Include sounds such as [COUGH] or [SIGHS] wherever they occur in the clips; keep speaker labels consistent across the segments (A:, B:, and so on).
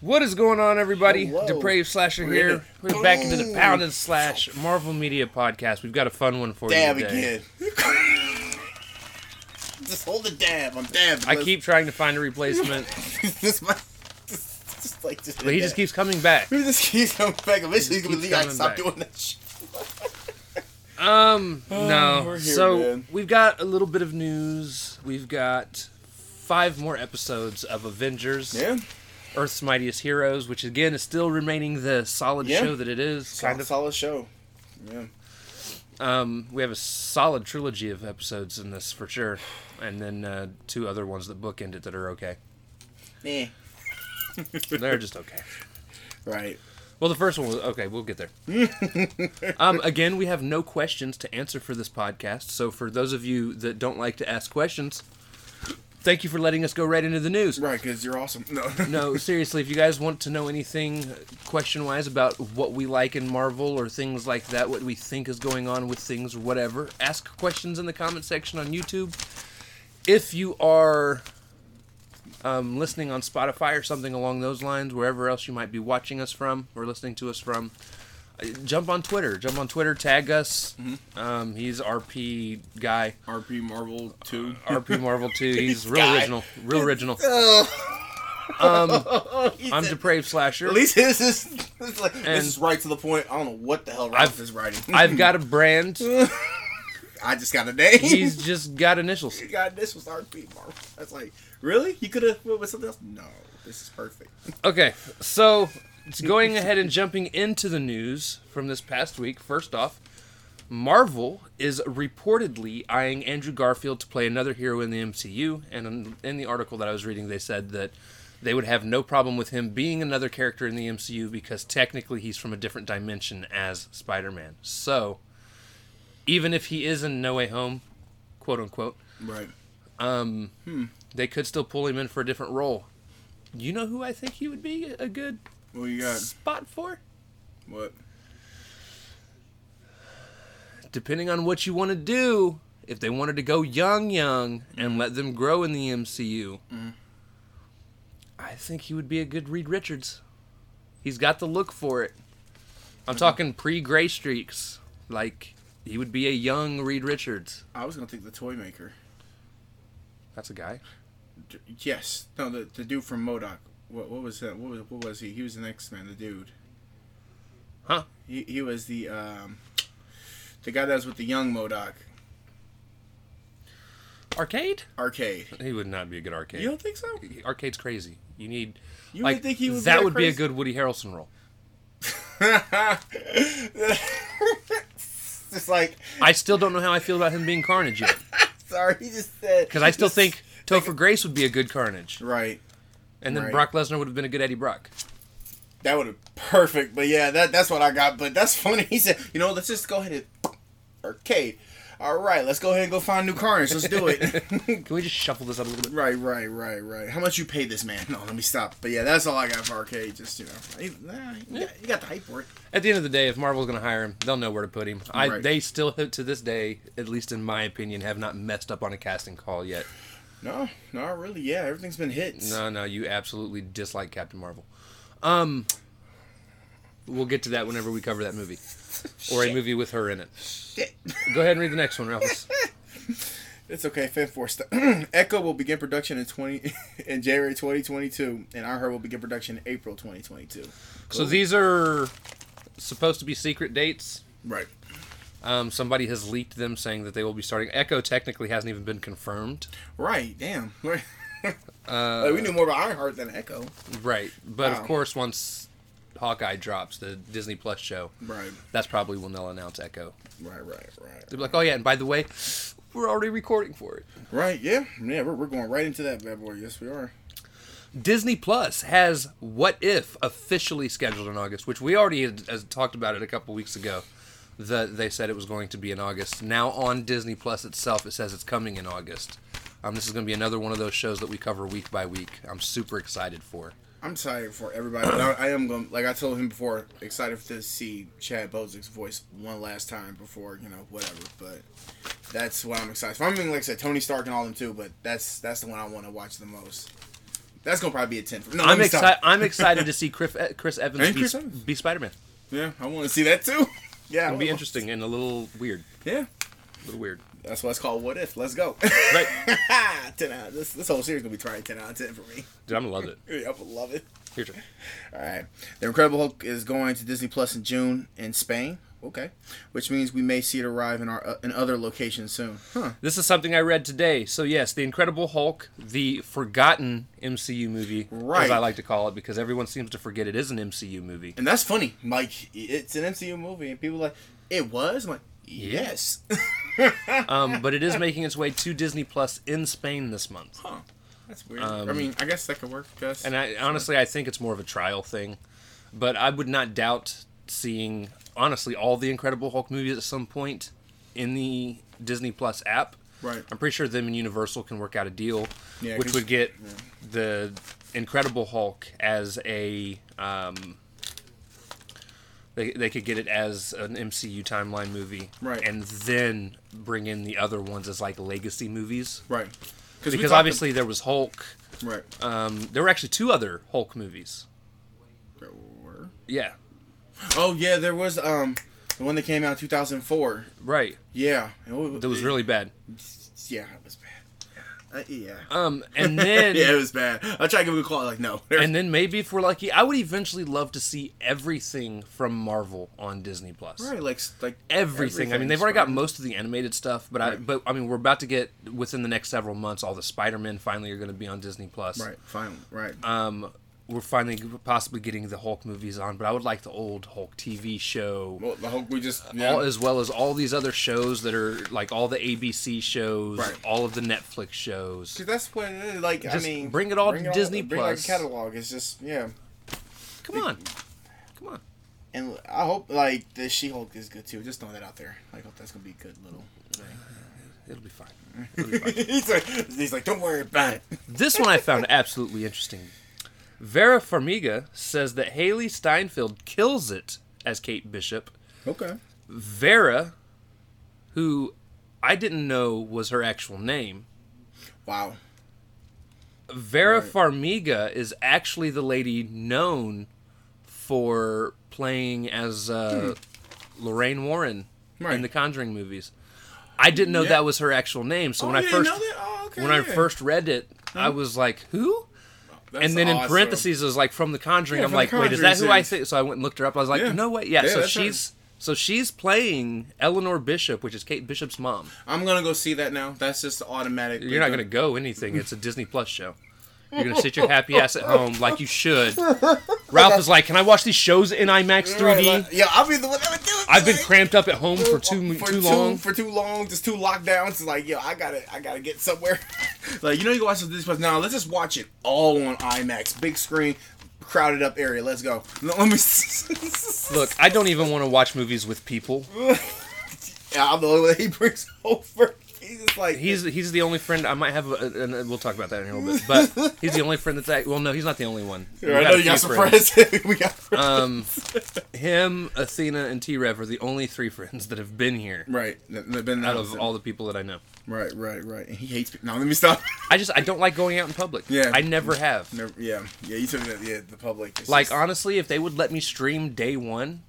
A: What is going on, everybody?
B: Hello.
A: Depraved Slasher
B: We're in
A: here.
B: it.
A: We're back into the Pound and Slash Marvel Media Podcast. We've got a fun one for
B: Dab
A: you today.
B: again. [LAUGHS] just hold the dab. I'm dabbed.
A: I keep trying to find a replacement,
B: [LAUGHS] this. My, just, just like just.
A: but he just keeps coming back.
B: [LAUGHS] He just keeps coming back. Eventually, he's
A: He
B: gonna
A: keeps
B: leave. I
A: coming
B: stop
A: back.
B: doing that shit.
A: Um, no.
B: we're here,
A: so
B: man.
A: we've got a little bit of news. We've got five more episodes of Avengers, Earth's Mightiest Heroes, which again is still remaining the solid
B: Yeah.
A: show that it is. Kind of.
B: solid show. Yeah.
A: Um, we have a solid trilogy of episodes in this for sure, and then uh, two other ones that bookend it that are okay.
B: Nah.
A: They're just okay.
B: Right.
A: Well, the first one was okay. We'll get there. um, again, we have no questions to answer for this podcast. So, for those of you that don't like to ask questions, thank you for letting us go right into the news.
B: Right, because you're awesome. No. [LAUGHS]
A: No, seriously, if you guys want to know anything question wise about what we like in Marvel or things like that, what we think is going on with things or whatever, ask questions in the comment section on YouTube. If you are um, listening on Spotify or something along those lines, wherever else you might be watching us from or listening to us from, uh, jump on Twitter. Jump on Twitter, tag us. Um, he's RP guy,
C: RP Marvel 2.
A: RP Marvel 2. He's real
B: guy.
A: original. Real original.
B: Oh,
A: Uh, um,
B: [LAUGHS]
A: I'm Depraved Slasher.
B: at least this is it's like
A: And-
B: this is right to the point. I don't know what the hell
A: I've-
B: Ralph is writing.
A: I've got a brand.
B: I just got a name.
A: He's just got initials.
B: God, this was RP Marvel. That's like, really? You could have went with something else? No, this is perfect.
A: Okay, so it's going ahead and jumping into the news from this past week. First off, Marvel is reportedly eyeing Andrew Garfield to play another hero in the MCU. And in- in the article that I was reading, they said that they would have no problem with him being another character in the MCU because technically he's from a different dimension as Spider Man. So, even if he is in No Way Home, quote unquote,
B: Right.
A: they could still pull him in for a different role. You know who I think he would be a good
B: What you got?
A: spot for?
B: What?
A: Depending on what you want to do, if they wanted to go young, young, and let them grow in the MCU, I think he would be a good Reed Richards. He's got the look for it. I'm talking pre gray streaks. Like, he would be a young Reed Richards.
B: I was gonna take the toy maker.
A: That's a guy.
B: D- Yes. No, the, the dude from Modoc. What what was that? What was what was he? He was an X Man. The dude.
A: Huh?
B: He he was the um the guy that was with the young Modoc
A: Arcade?
B: arcade.
A: He would not be a good arcade.
B: You don't think so?
A: Arcade's crazy. You need.
B: You
A: like,
B: would think he would
A: that
B: be
A: would be a good Woody Harrelson role.
B: [LAUGHS] good. just like
A: I still don't know how I feel about him being Carnage yet.
B: sorry, he just said
A: Because
B: [LAUGHS]
A: I still think Topher Grace would be a good Carnage.
B: right.
A: And then
B: Right.
A: Brock Lesnar would have been a good Eddie Brock.
B: That would have perfect, but yeah, that that's what I got. But that's [LAUGHS] funny. He said, you know, let's just go ahead and [LAUGHS] arcade. All right, let's go ahead and go find new carnage. Let's do it. [LAUGHS]
A: Can we just shuffle this up a little bit?
B: right, right, right, right. How much you pay this man? No, let me stop. But yeah, that's all I got for arcade. Just you know, you, nah, you got, you got the hype for it.
A: At the end of the day, if Marvel's going to hire him, they'll know where to put him. I,
B: Right.
A: They still, to this day, at least in my opinion, have not messed up on a casting call yet.
B: No, not really. Yeah, everything's been hits.
A: No, no, you absolutely dislike Captain Marvel. Um, we'll get to that whenever we cover that movie. Or a movie with her in it.
B: Shit.
A: Go ahead and read the next one,
B: [LAUGHS]
A: Ralphus.
B: It's okay. Fan Force. [CLEARS THROAT] Echo will begin production in twenty [LAUGHS] in January twenty twenty two, and I heard will begin production in April twenty twenty two.
A: So these are supposed to be secret dates.
B: Right.
A: Um, somebody has leaked them saying that they will be starting. Echo technically hasn't even been confirmed.
B: Right. Damn. [LAUGHS] Right. Like, we knew more about Ironheart than Echo.
A: Right. But of
B: Wow.
A: course, once Hawkeye drops the Disney Plus show,
B: Right.
A: that's probably when they'll announce Echo.
B: Right. Right. Right.
A: They'll be like, oh, yeah, and by the way, we're already recording for it.
B: Right. Yeah. Yeah. We're, we're going right into that bad boy. Yes, we are.
A: Disney Plus has What If officially scheduled in August, which we already had, as talked about it a couple weeks ago. That they said it was going to be in August. Now on Disney Plus itself, it says it's coming in August. Um, this is going to be another one of those shows that we cover week by week. I'm super excited for.
B: I'm excited for everybody. But I, I am going. Like I told him before, excited to see Chad Bozick's voice one last time before you know whatever. But that's what I'm excited for. I mean, like I said, Tony Stark and all them too. But that's that's the one I want to watch the most. That's gonna probably be a ten. For, no,
A: I'm
B: let me stop.
A: excited. I'm excited [LAUGHS] to see Chris, uh, Chris Evans
B: And
A: be,
B: Chris Evans.
A: be Spider-Man.
B: Yeah, I want to see that too. [LAUGHS] yeah, I
A: It'll be
B: wanna-
A: interesting and a little weird.
B: Yeah,
A: A little weird.
B: that's why it's called What If. Let's go. [LAUGHS]
A: Right.
B: ten out. This this whole series gonna be trying ten out of ten for me. [LAUGHS]
A: Dude, I'm gonna love it.
B: I would love it.
A: Here, Jeff.
B: All right. The Incredible Hulk is going to Disney Plus in June in Spain. Okay. Which means we may see it arrive in our uh, in other locations soon. Huh.
A: This is something I read today. So yes, the Incredible Hulk, the forgotten MCU movie, as
B: Right.
A: I like to call it, because everyone seems to forget it is an MCU movie.
B: And that's funny. Like it's an MCU movie and people are like it was. I'm like yes. [LAUGHS]
A: Um, but it is making its way to Disney Plus in Spain this month.
B: huh. That's weird. I mean, I guess that could work. Guess.
A: Um, And I honestly, I think it's more of a trial thing. But I would not doubt seeing honestly all the Incredible Hulk movies at some point in the Disney Plus app.
B: Right.
A: I'm pretty sure them and Universal can work out a deal,
B: Yeah,
A: which
B: 'cause-
A: would get the Incredible Hulk as a. Um, they, they could get it as an MCU timeline movie,
B: Right.
A: And then bring in the other ones as like legacy movies,
B: right. we
A: Because
B: talked-
A: obviously there was Hulk.
B: Right.
A: Um, there were actually two other Hulk movies. Yeah,
B: Oh yeah, there was um the one that came out in 2004.
A: right.
B: Yeah. It was,
A: That was really bad.
B: Yeah, it was bad. Uh, yeah.
A: Um,
B: [LAUGHS]
A: and then
B: yeah, it was bad. I tried to give him a call. Like no.
A: and then maybe if we're lucky, I would eventually love to see everything from Marvel on Disney Plus.
B: Right, like like
A: Everything. I mean, they've already got
B: Spider-Man.
A: most of the animated stuff, but I
B: Right.
A: but I mean, we're about to get within the next several months. All the Spider Men finally are going to be on Disney Plus.
B: right, fine, right.
A: Um, we're finally g- possibly getting the Hulk movies on, but I would like the old Hulk TV show.
B: well, the Hulk, we just yeah,
A: all, as well as all these other shows that are like all the ABC shows,
B: Right.
A: all of the Netflix shows.
B: See, that's what it is. like.
A: Just
B: I mean,
A: bring it all to Disney
B: Bring like
A: Plus.
B: catalog. It's just yeah,
A: Come on, come on.
B: and I hope like the She Hulk is good too. Just throwing that out there. Like, hope that's gonna be a good little. [LAUGHS]
A: It'll be fine. It'll be fine.
B: he's like, he's like, don't worry about it. [LAUGHS]
A: This one I found absolutely interesting. Vera Farmiga says that Haley Steinfeld kills it as Kate Bishop.
B: Okay.
A: Vera, who I didn't know was her actual name,
B: Wow.
A: Vera
B: Right.
A: Farmiga is actually the lady known for playing as uh, Lorraine Warren in
B: Hmm. Right.
A: the Conjuring movies. I didn't know
B: Yeah.
A: that was her actual name, so
B: Oh,
A: when I
B: you
A: first
B: didn't know that? Oh, okay,
A: when I
B: yeah.
A: first read it, I was like, "Who?"
B: That's
A: and then in
B: awesome.
A: parentheses it was like from the conjuring
B: Yeah,
A: i'm
B: from The
A: like wait is that who
B: Conjuring
A: i
B: series.
A: think so i went and looked her up i was like
B: Yeah.
A: no way yeah,
B: Yeah,
A: so
B: that's her.
A: she's so she's playing eleanor bishop which is kate bishop's mom
B: I'm gonna go see that now. That's just automatic.
A: you're not going to go anything it's a disney plus show you're going to sit your happy ass
B: [LAUGHS]
A: at home like you should ralph is like can i watch these shows in imax 3d
B: Yeah, I'll be the one that would do it.
A: i've been
B: like-
A: cramped up at home for too
B: For
A: too long
B: for too long, just two lockdowns. It's like, yo, I gotta, I gotta get somewhere. [LAUGHS] like, you know, you can watch this, but now let's just watch it all on IMAX, big screen, crowded up area. Let's go. [LAUGHS] Let me.
A: look i don't even want to watch movies with people
B: [LAUGHS] yeah, I'm the only one he brings [LAUGHS] over. He's just like,
A: he's he's the only friend I might have. A, and we'll talk about that in a little bit.
B: [LAUGHS]
A: But he's the only friend that's act, well, no, he's not the only one.
B: [LAUGHS] I
A: We got
B: know
A: a
B: you got
A: few
B: some
A: friends.
B: friends. [LAUGHS] we got friends.
A: Um, him, Athena, and T Rev are the only three friends that have been here
B: right. They've been
A: out of all the people that I know.
B: Right, right, right. And he hates. Now let me stop. [LAUGHS]
A: I just I don't like going out in public.
B: Yeah.
A: I never have.
B: Never, yeah, yeah. You took that. Yeah, the public. It's
A: Like uh,
B: just-
A: honestly, if they would let me stream day one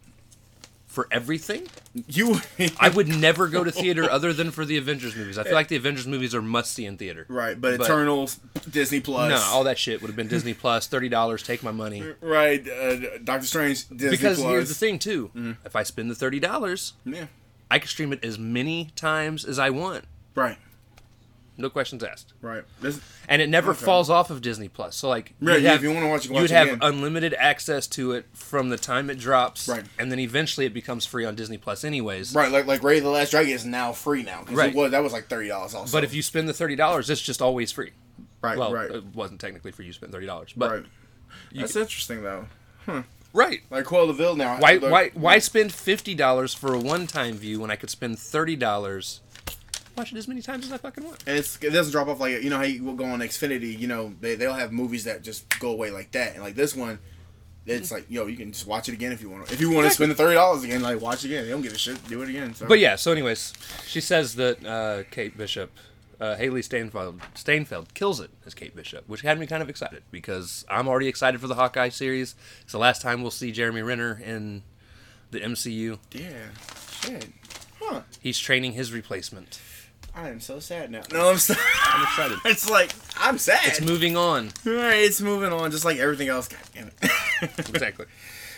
A: for everything,
B: [LAUGHS] you. [LAUGHS]
A: I would never go to theater other than for the Avengers movies. I feel like the Avengers movies are must see in theater.
B: right, but,
A: but-
B: Eternals, Disney Plus.
A: No, all that shit would have been
B: [LAUGHS]
A: Disney Plus, thirty dollars, take my money.
B: Right, uh, Doctor Strange, Disney
A: Because
B: Plus. Mm-hmm.
A: here's the thing too. If I spend the thirty dollars,
B: Yeah.
A: I can stream it as many times as I want.
B: Right.
A: No questions asked.
B: Right. This,
A: and it never
B: Okay.
A: falls off of Disney Plus. So like,
B: Right,
A: you'd
B: yeah, if you wanna watch it, watch
A: you'd
B: it
A: have
B: again.
A: unlimited access to it from the time it drops,
B: Right.
A: And then eventually it becomes free on Disney Plus, anyways.
B: right. Like like Ray the Last Dragon is now free now. 'cause
A: Right.
B: It was, that was like thirty dollars also.
A: But if you spend the thirty dollars, it's just always free.
B: right
A: Well,
B: right
A: it wasn't technically free. You spent thirty dollars, but
B: right. That's interesting though.
A: right.
B: Like Coil Deville now.
A: Why,
B: like-
A: why, why spend fifty dollars for a one-time view when I could spend thirty dollars? Watch it as many times as I fucking want.
B: And it's, it doesn't drop off like you know how you will go on Xfinity. You know they they'll have movies that just go away like that. And like this one, it's like yo, you can just watch it again if you want. to If you want to spend the thirty dollars again, like watch it again. They don't give a shit. Do it again. So.
A: But yeah, so anyways, she says that uh, Kate Bishop uh, Haley Steinfeld, Steinfeld kills it as Kate Bishop, which had me kind of excited because I'm already excited for the Hawkeye series. It's the last time we'll see Jeremy Renner in the MCU.
B: Yeah. Shit. Huh.
A: He's training his replacement.
B: I am so sad now. [LAUGHS] No, I'm so-
A: I'm excited.
B: [LAUGHS] It's like I'm sad.
A: It's moving on.
B: All right, it's moving on, just like everything else. God damn it. [LAUGHS]
A: Exactly.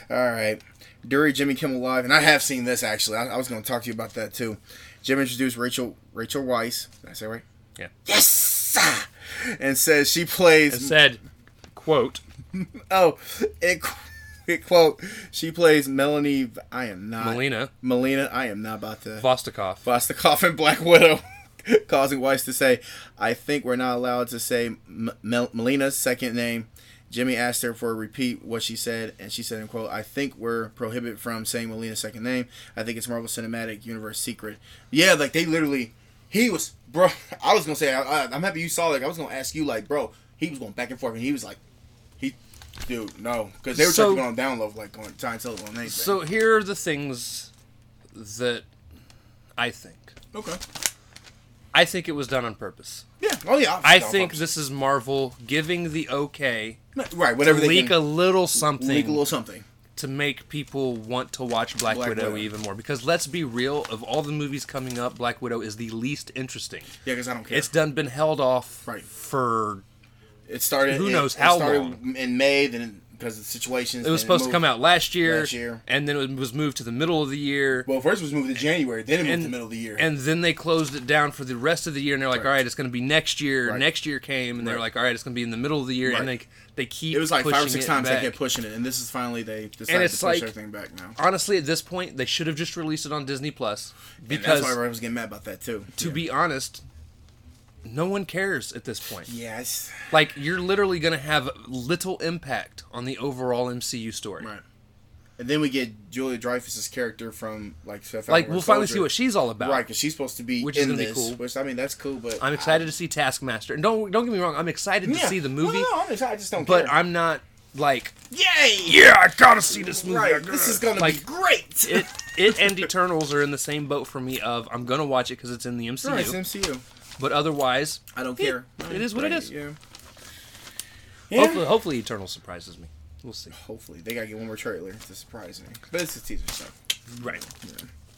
B: All right. Dury Jimmy Kimmel Live, and I have seen this actually. I, I was going to talk to you about that too. Jim introduced Rachel Rachel Weiss. Did I say it right?
A: Yeah.
B: Yes. And says she plays.
A: It said, quote,
B: oh, it, [LAUGHS] qu- it quote she plays Melanie. I am not
A: Melina
B: Melina. I am not about to
A: Vostokov.
B: bust the [LAUGHS] coffin. Black Widow, [LAUGHS] causing Weiss to say, "I think we're not allowed to say M- Mel- Melina's second name." Jimmy asked her for a repeat what she said, and she said, "In quote, I think we're prohibited from saying Melina's second name. I think it's Marvel Cinematic Universe secret." Yeah, like they literally, he was bro. [LAUGHS] I was gonna say, I, I, I'm happy you saw. Like I was gonna ask you, like bro, he was going back and forth, and he was like, he, dude, no, because they were
A: So-
B: trying to go on download, like on trying to tell it on anything.
A: so here are the things that I think.
B: okay,
A: I think it was done on purpose.
B: yeah, oh yeah,
A: I
B: no,
A: think
B: fuck.
A: this is Marvel giving the okay
B: right, whatever
A: to
B: they
A: leak
B: can,
A: a little something
B: leak a little something.
A: to make people want to watch Black,
B: Black
A: Widow,
B: Widow.
A: even more. Because let's be real, of all the movies coming up, Black Widow is the least interesting.
B: Yeah, because I don't care.
A: It's done been held off
B: Right.
A: for
B: it started.
A: who
B: it-
A: knows
B: it
A: how
B: started
A: long.
B: in May, then because of the situations.
A: it was supposed to come out last year,
B: Last year.
A: and then it was moved to the middle of the year.
B: Well, first it was moved to January, then it moved to the middle of the year.
A: And then they closed it down for the rest of the year, and they're like,
B: Right.
A: "All right, it's going to be next year."
B: Right.
A: Next year came, and they're
B: Right.
A: like, "All right, it's going to be in the middle of the year," and they
B: Right.
A: they keep.
B: it was like five or
A: pushing
B: six
A: it
B: times
A: back.
B: they kept pushing it, and this is finally they decided to
A: it's
B: push
A: like-
B: everything back now.
A: Honestly, at this point, they should have just released it on Disney Plus
B: And
A: because,
B: that's why I was getting mad about that too.
A: to be honest, no one cares at this point.
B: yes,
A: Like you're literally going to have little impact on the overall MCU story.
B: right. And then we get Julia Dreyfus's character from like Seth
A: Like
B: Outward
A: we'll finally see
B: Soldier.
A: what she's all about.
B: right because she's supposed to be
A: Which is
B: in
A: gonna be
B: this,
A: cool.
B: which I mean that's cool, but
A: I'm excited to see Taskmaster, and don't don't get me wrong, I'm excited to
B: Yeah.
A: see the
B: No, no,
A: movie,
B: no, I'm excited, I just don't
A: but
B: care.
A: I'm not like
B: yay,
A: yeah, I gotta see this movie. I
B: right.
A: gotta-
B: This is gonna be
A: like,
B: great.
A: it. It and Eternals are in the same boat for me. Of I'm gonna watch it because it's in the MCU,
B: Right, it's MCU.
A: but otherwise,
B: I don't
A: Yeah,
B: care.
A: it is what it
B: Right,
A: is.
B: Yeah.
A: hopefully, hopefully Eternal surprises me. We'll see.
B: Hopefully, they gotta get one more trailer to surprise me. But it's a teaser stuff.
A: Right.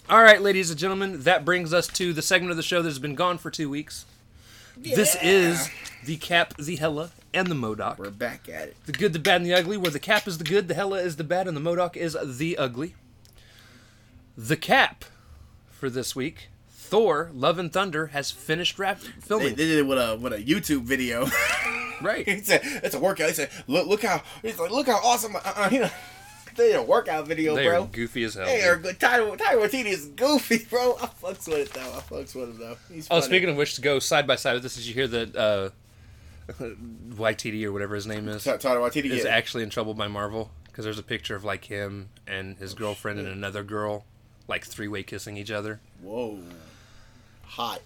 A: All right, ladies and gentlemen, that brings us to the segment of the show that's been gone for two weeks. This is the Cap, the Hella, and the Modoc.
B: We're back at it.
A: The Good, the Bad, and the Ugly, where the Cap is the good, the Hella is the bad, and the Modoc is the ugly. The Cap for this week, Thor: Love and Thunder has finished rap-
B: They,
A: filming.
B: they did it with a with a YouTube video. [LAUGHS]
A: Right.
B: it's a it's a workout. It's a look look how it's like look how awesome. Uh, uh, you know, [LAUGHS] they did a workout video,
A: They are
B: bro.
A: goofy as hell.
B: They are
A: dude.
B: good. Tyler Tyler Martini is goofy, bro. I fucks with it though. I fucks with him though. He's
A: Oh,
B: funny.
A: speaking of which, to go side by side with this, did you hear that uh, [LAUGHS] YTD or whatever his name is?
B: Ty- Tyler Martini
A: is
B: yeah.
A: actually in trouble by Marvel because there's a picture of like him and his girlfriend and another girl, like three way kissing each other.
B: Whoa, hot,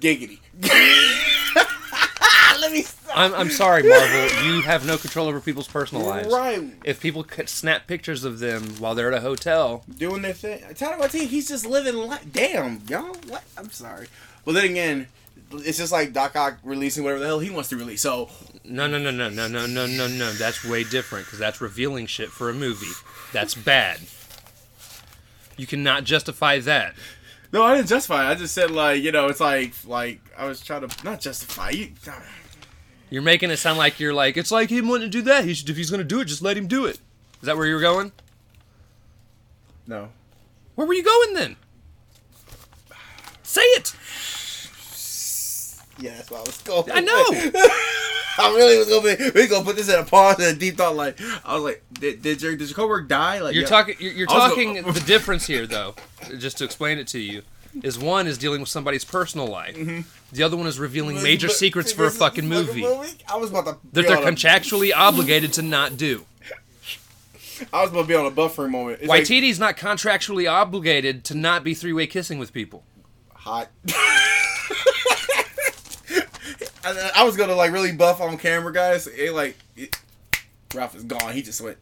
B: giggity. [LAUGHS] Let me stop.
A: I'm, I'm sorry, Marvel, you have no control over people's personal lives.
B: Right.
A: If people could snap pictures of them while they're at a hotel,
B: doing their thing. Tyler Martine, he's just living life. Damn, y'all. What? I'm sorry. But then again, it's just like Doc Ock releasing whatever the hell he wants to release. So
A: no, no, no, no, no, no, no, no, no. That's way different because that's revealing shit for a movie. That's bad. You cannot justify that.
B: no, I didn't justify. it. I just said like you know, it's like like I was trying to not justify you.
A: You're making it sound like you're like it's like him wanting to do that. He should, if he's gonna do it, just let him do it. Is that where you were going?
B: No,
A: Where were you going then? Say it.
B: yeah, that's why I was going.
A: I know.
B: [LAUGHS] I really was gonna be. We gonna put this in a pause and a deep thought. Like I was like, did, did your did your coworker die? Like
A: You're
B: yeah.
A: talking. You're, you're
B: I was
A: talking.
B: go-
A: the difference here, though, just to explain it to you, is one is dealing with somebody's personal life.
B: Mm-hmm.
A: The other one is revealing major
B: But-
A: secrets for a
B: this is
A: fucking movie
B: I was about to.
A: that
B: be
A: they're
B: on a-
A: contractually obligated to not do.
B: I was about to be on a buffering moment. It's like-
A: Waititi's not contractually obligated to not be three-way kissing with people.
B: hot. [LAUGHS] I, I was gonna like really buff on camera, guys. It like, it, Ralph is gone. He just went.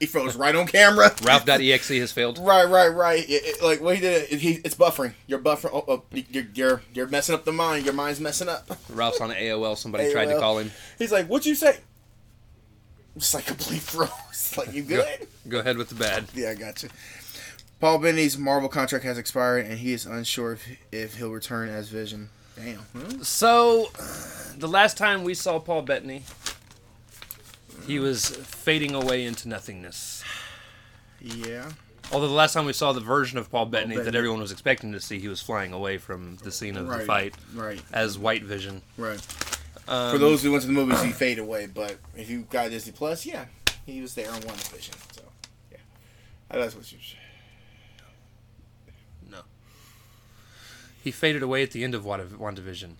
B: He froze right
A: [LAUGHS]
B: on camera.
A: Ralph.exe has failed.
B: Right, right, right. It- it- like what he did, it- he, it's buffering. You're buffering. Oh, oh, you're, you're you're messing up the mind. Your mind's
A: [LAUGHS]
B: messing up.
A: Ralph's on AOL. Somebody tried to
B: AOL.
A: call him.
B: He's like, "What'd you say?" Just like [LAUGHS] complete froze. [LAUGHS] Like you
A: Go,
B: good?
A: go ahead with the bad.
B: Yeah, I got you. Paul Bettany's Marvel contract has expired, and he is unsure if, if he'll return as Vision. Damn.
A: So, the last time we saw Paul Bettany, he was fading away into nothingness.
B: Yeah.
A: Although the last time we saw the version of Paul Bettany, that
B: Bettany.
A: everyone was expecting to see, he was flying away from the scene of the
B: Right.
A: fight Um,
B: Right.
A: as White Vision.
B: Right. For those who went to the movies, he faded away. But if you got Disney Plus, yeah, he was there in one Vision. So, yeah, Uh, that's what you.
A: No. He faded away at the end of Wanda- WandaVision.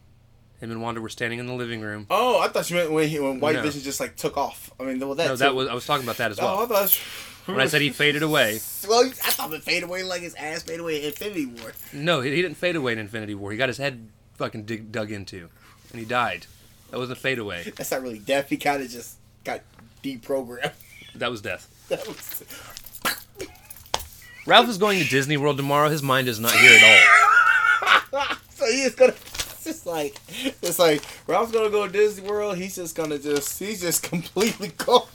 A: Him and Wanda were standing in the living room.
B: Oh, I thought you meant when he, when White
A: No.
B: Vision just like took off. I mean, well, that
A: No, that was I was talking about that as
B: Oh, I
A: well.
B: thought. That's,
A: When I said
B: [LAUGHS]
A: he faded away,
B: Well, I thought it faded away like his ass faded away in Infinity War.
A: no, he, he didn't fade away in Infinity War. He got his head fucking dig, dug into, and he died. That wasn't a fade away.
B: That's not really death. He kind of just got deprogrammed. [LAUGHS]
A: That was death.
B: That was.
A: Ralph is going to Disney World tomorrow. His mind is not here at
B: [LAUGHS] so he is gonna it's just like it's like Ralph's gonna go to Disney World. He's just gonna just he's just [LAUGHS] completely gone.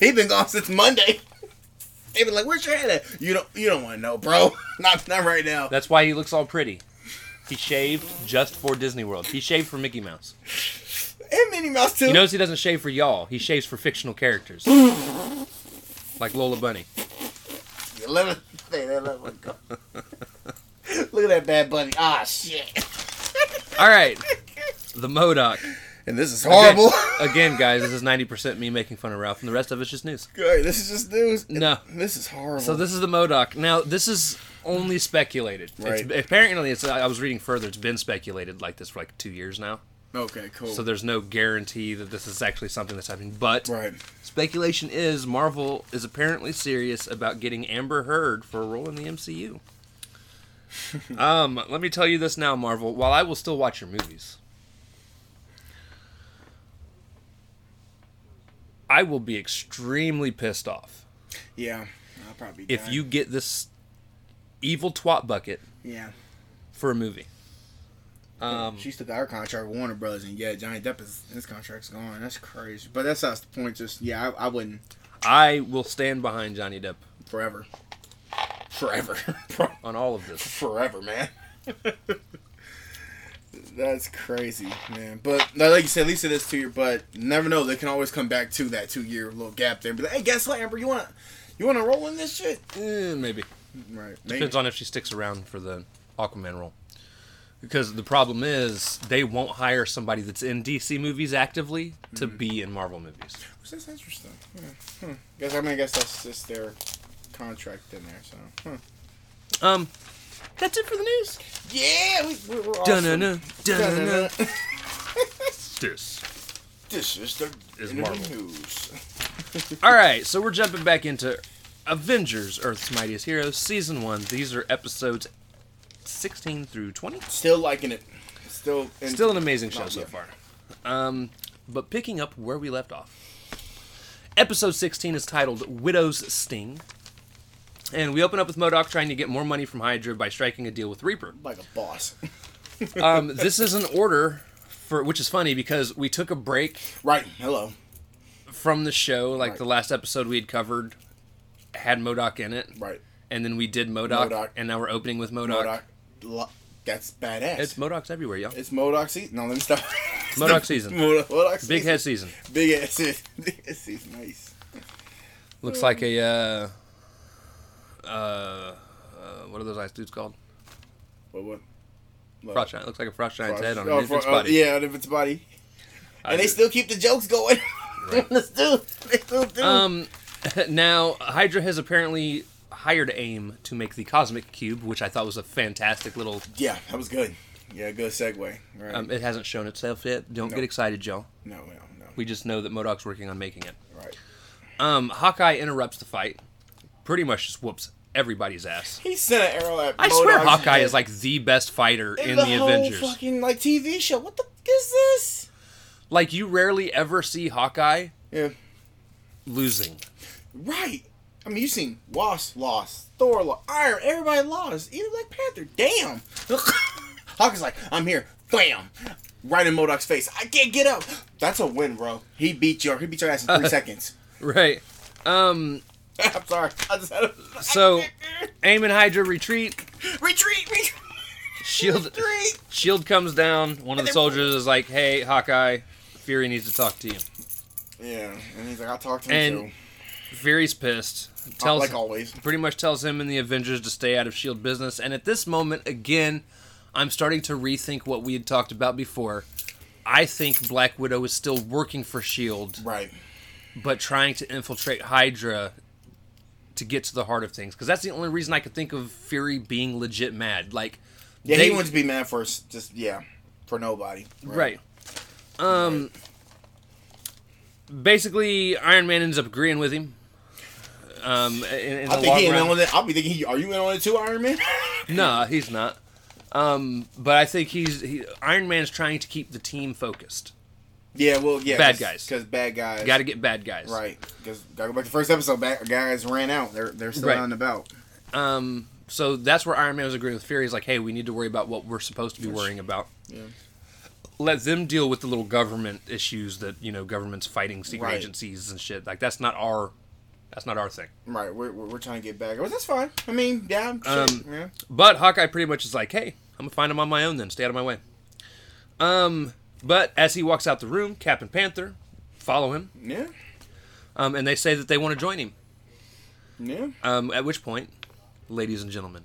B: He's been gone since Monday. [LAUGHS] They've been like, "Where's your head at?" You don't you don't want to know, bro. [LAUGHS] Not not right now.
A: all. That's why he looks all pretty. He shaved just for Disney World. He shaved for Mickey Mouse.
B: And Minnie Mouse too. [LAUGHS]
A: You notice he doesn't shave for y'all. He shaves for fictional characters, [LAUGHS] like Lola Bunny.
B: let me say that. Let me go. [LAUGHS] Look at that bad bunny. Ah shit. [LAUGHS]
A: All right, the Modoc.
B: And this is horrible.
A: [LAUGHS]
B: [LAUGHS]
A: Again, guys, this is ninety percent me making fun of Ralph, and the rest of it's just news.
B: Good. This is just news.
A: No.
B: This is horrible.
A: So this is the Modoc. Now this is only speculated. It's,
B: Right.
A: apparently, it's. I was reading further. It's been speculated like this for like two years now.
B: okay, cool.
A: So there's no guarantee that this is actually something that's happening. But
B: right.
A: speculation is Marvel is apparently serious about getting Amber Heard for a role in the MCU. um, let me tell you this now, Marvel. While I will still watch your movies, I will be extremely pissed off
B: Yeah. I'll probably.
A: if
B: die.
A: you get this evil twat bucket
B: Yeah.
A: for a movie. Um,
B: she still got her contract with Warner Brothers, and yeah, Johnny Depp is his contract's gone. That's crazy. But that's not the point. Just yeah, I, I wouldn't
A: I will stand behind Johnny Depp
B: forever, forever, [LAUGHS]
A: on all of this.
B: forever, man. [LAUGHS] that's crazy, man. But now, like you said, at least it is two year. But you never know. They can always come back to that two year little gap there. and be like, hey, guess what, Amber? You want to you want to roll in this shit?
A: Eh, maybe.
B: Right.
A: Depends on if she sticks around for the Aquaman role. Because the problem is they won't hire somebody that's in DC movies actively to be in Marvel movies.
B: That's interesting. Hmm. Hmm. Guess I mean, I guess that's just their contract in there. So. Hmm. Huh.
A: Um, that's it for the news.
B: Yeah, we, we're awesome.
A: Dun-dun-dun, [LAUGHS] dun-dun-dun. This.
B: This is the
A: Is
B: end of the
A: Marvel.
B: news.
A: All right, so we're jumping back into Avengers: Earth's Mightiest Heroes, Season One. These are episodes sixteen through twenty.
B: Still liking it. Still, in-
A: Still an amazing show
B: Not
A: so
B: yet.
A: far. Um, but picking up where we left off, episode 16 is titled Widow's Sting. And we open up with Modoc trying to get more money from Hydra by striking a deal with Reaper.
B: [LAUGHS] like a boss. [LAUGHS]
A: Um, this is an order for, which is funny because we took a break
B: right. Hello.
A: from the show, like
B: Right.
A: the last episode we had covered had Modoc in it,
B: Right.
A: and then we did Modoc,
B: MODOK.
A: and now we're opening with Modoc.
B: Modoc. Lo- that's badass.
A: It's Modoc's everywhere, y'all.
B: it's Modoc season. No, let
A: [LAUGHS]
B: me stop. [LAUGHS]
A: MODOK season.
B: Modoc, Modoc season.
A: Big head season.
B: [LAUGHS] Big head [LAUGHS] season. Big head season. Nice.
A: Looks like a uh, uh, uh, what are those ice dudes called?
B: What? What? Look.
A: Frost giant. Looks like a frost giant's head on a
B: oh,
A: oh,
B: fro- oh,
A: body.
B: Yeah, on its body.
A: I
B: and they
A: do.
B: still keep the jokes going. Let's do. [LAUGHS] They still do.
A: Um, [LAUGHS] now Hydra has apparently hired AIM to make the Cosmic Cube, which I thought was a fantastic little.
B: yeah, that was good. Yeah, good segue. Right.
A: Um, it hasn't shown itself yet. Don't get
B: No.
A: excited, y'all.
B: no, no, no.
A: We just know that Modoc's working on making it.
B: right.
A: Um, Hawkeye interrupts the fight. Pretty much just whoops everybody's ass.
B: He sent an arrow at.
A: I swear,
B: Modok's
A: Hawkeye
B: head.
A: is like the best fighter in, the,
B: whole
A: Avengers.
B: Fucking like TV show. What the fuck is this?
A: Like you rarely ever see Hawkeye
B: Yeah.
A: losing.
B: Right. I mean, you seen Wasp lost, Thor lost, Iron, everybody lost, even Black Panther. Damn. [LAUGHS] Hawk is like, I'm here. Bam. Right in Modoc's face. I can't get up. That's a win, bro. He beat your he beat your
A: [LAUGHS]
B: ass in three seconds. [LAUGHS]
A: Right. Um.
B: I'm sorry. I just had a, [LAUGHS]
A: So, aim and Hydra retreat.
B: retreat, retreat,
A: Shield.
B: retreat.
A: Shield comes down. One of the soldiers is like, "Hey, Hawkeye, Fury needs to talk to you."
B: Yeah, and he's like, I talked to him
A: And Fury's pissed.
B: too. Uh,
A: Tells
B: like always.
A: pretty much tells him and the Avengers to stay out of Shield E business. And at this moment, again, I'm starting to rethink what we had talked about before. I think Black Widow is still working for Shield,
B: Right.
A: E but trying to infiltrate Hydra to get to the heart of things. Because that's the only reason I could think of Fury being legit mad. Like,
B: Yeah,
A: they-
B: he wants to be mad for us. Just yeah, for nobody.
A: Right. Um. Basically, Iron Man ends up agreeing with him. Um, in, in the
B: I think he
A: long
B: in
A: run.
B: on it. I'll be thinking, he, are you in on it too, Iron Man?
A: No, he's not. Um, but I think he's he, Iron Man's trying to keep the team focused.
B: [LAUGHS] yeah, well, yeah.
A: Bad
B: cause,
A: guys.
B: Because bad guys.
A: Got to get bad guys.
B: Right. Because gotta go back to the first episode. Bad guys ran out. They're they're still
A: Right.
B: out and about.
A: Um, so that's where Iron Man was agreeing with Fury. He's like, "Hey, we need to worry about what we're supposed to be worrying about.
B: Yeah.
A: Let them deal with the little government issues that you know governments fighting secret
B: Right.
A: agencies and shit. Like that's not our, that's not our thing."
B: Right. We're, we're, we're trying to get back. Well, that's fine. I mean, yeah. Shit,
A: Um,
B: yeah.
A: But Hawkeye pretty much is like, "Hey, I'm gonna find him on my own. Then stay out of my way." Um, but as he walks out the room, Captain Panther follow him,
B: Yeah.
A: um, and they say that they want to join him.
B: Yeah.
A: Um, at which point, ladies and gentlemen,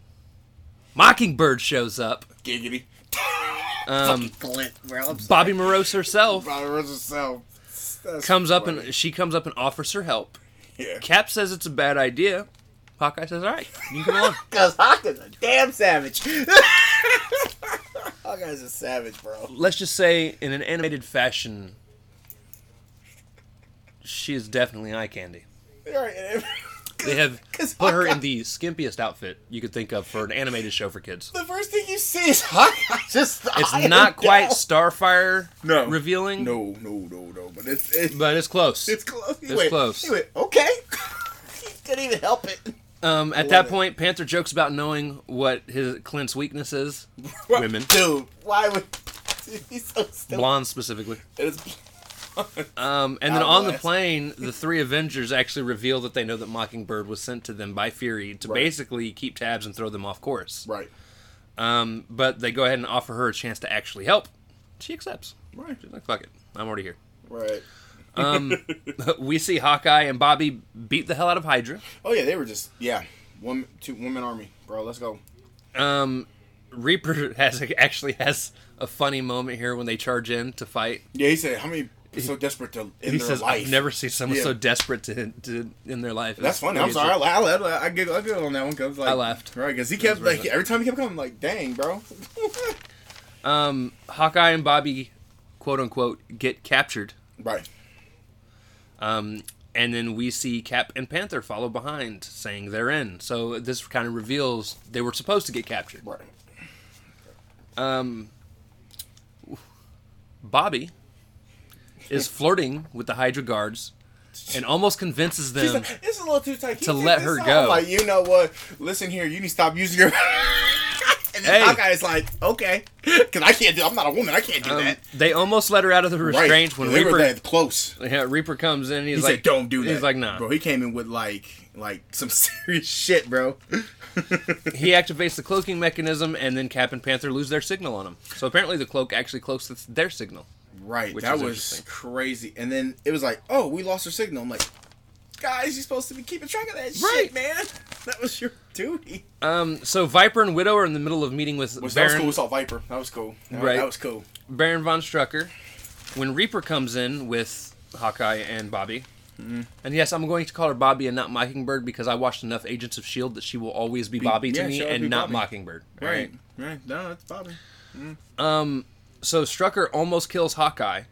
A: Mockingbird shows up. [LAUGHS]
B: Giggity.
A: Um,
B: Fucking Clint, bro. I'm
A: Bobby Morose herself
B: Bobby Rose herself. That's
A: comes up
B: funny.
A: and she comes up and offers her help. [LAUGHS]
B: yeah.
A: Cap says it's a bad idea. Hawkeye says, "All right, you can come along."
B: [LAUGHS] Cause Hawkeye's a damn savage. [LAUGHS] Hawkeye's a savage, bro.
A: [LAUGHS] Let's just say, in an animated fashion, she is definitely eye candy.
B: Right.
A: They have
B: [LAUGHS] 'Cause
A: put her in
B: Hawkeye-
A: the skimpiest outfit you could think of for an animated show for
B: [LAUGHS]
A: kids.
B: The first thing you see is Hawkeye. [LAUGHS] Just
A: It's
B: lying
A: not quite
B: down.
A: Starfire
B: No.
A: revealing,
B: [LAUGHS] No, no, no, no. But it's it's,
A: but it's close.
B: it's close. He
A: it's
B: went-
A: close.
B: He went, okay. [LAUGHS] he couldn't even help it.
A: Um, at that
B: it.
A: point, Panther jokes about knowing what his Clint's weakness is,
B: [LAUGHS]
A: Women.
B: Dude, why would [LAUGHS] he's so stupid?
A: blonde specifically.
B: It is-
A: Um, and then
B: Out
A: on the
B: west.
A: plane,
B: [LAUGHS]
A: the three Avengers actually reveal that they know that Mockingbird was sent to them by Fury to
B: Right.
A: basically keep tabs and throw them off course.
B: [LAUGHS] Right.
A: Um, but they go ahead and offer her a chance to actually help. She accepts.
B: Right.
A: She's like, "Fuck it, I'm already here."
B: Right.
A: [LAUGHS] we see Hawkeye and Bobby beat the hell out of Hydra.
B: Oh yeah, they were just yeah. One two woman army, bro. Let's go.
A: Um, Reaper [LAUGHS] has actually has a funny moment here when they charge in to fight.
B: Yeah, he said how many are so desperate to end
A: He
B: their
A: says,
B: life.
A: "I've never seen someone
B: Yeah.
A: so desperate to, to in their life."
B: That's
A: It's
B: funny. I'm
A: pretty
B: sorry. I, la- I, la- I, la- I, giggle, I giggle on that one because like
A: I laughed.
B: Right, because he kept
A: really
B: like every time he kept coming, I'm like, dang, bro.
A: Um, Hawkeye and Bobby, quote unquote, get captured.
B: right.
A: Um, and then we see Cap and Panther follow behind, saying they're in. So this kind of reveals they were supposed to get captured.
B: Right.
A: Um, Bobby is flirting with the Hydra guards and almost convinces
B: He's
A: them.
B: like, it's a little too tight. Can
A: Um, to
B: you take
A: let
B: this
A: her
B: off?"
A: go.
B: I'm Like, you know what? Listen here, you need to stop using your. [LAUGHS] and
A: Hey.
B: then that guy's like, okay, because I can't do. I'm not a woman. I can't do
A: Um,
B: that.
A: they almost let her out of the
B: Right.
A: restraint when
B: they were
A: Reaper
B: that close.
A: yeah, Reaper comes in. He's
B: He
A: like,
B: said, "Don't do that."
A: He's like, nah.
B: bro. He came in with like, like [LAUGHS] some serious shit, bro.
A: He activates the cloaking mechanism, and then Cap and Panther lose their signal on him. So apparently, the cloak actually cloaks th- their signal.
B: Right,
A: Which
B: that
A: is
B: was
A: interesting.
B: crazy. And then it was like, "Oh, we lost our signal." I'm like, "Guys, you're supposed to be keeping track of that
A: Right.
B: shit, man. [LAUGHS] That was your duty."
A: Um, so Viper and Widow are in the middle of meeting with
B: Was, that was
A: Baron,
B: cool. We saw Viper. That was cool. That,
A: Right.
B: that was cool.
A: Baron von Strucker when Reaper comes in with Hawkeye and Bobby.
B: Mm-hmm.
A: And yes, I'm going to call her Bobby and not Mockingbird because I watched enough Agents of Shield E that she will always be Bobby to
B: yeah,
A: me
B: she'll
A: and
B: be
A: not
B: Bobby.
A: Mockingbird. all
B: Right, right. No, that's Bobby.
A: Um, so Strucker almost kills Hawkeye.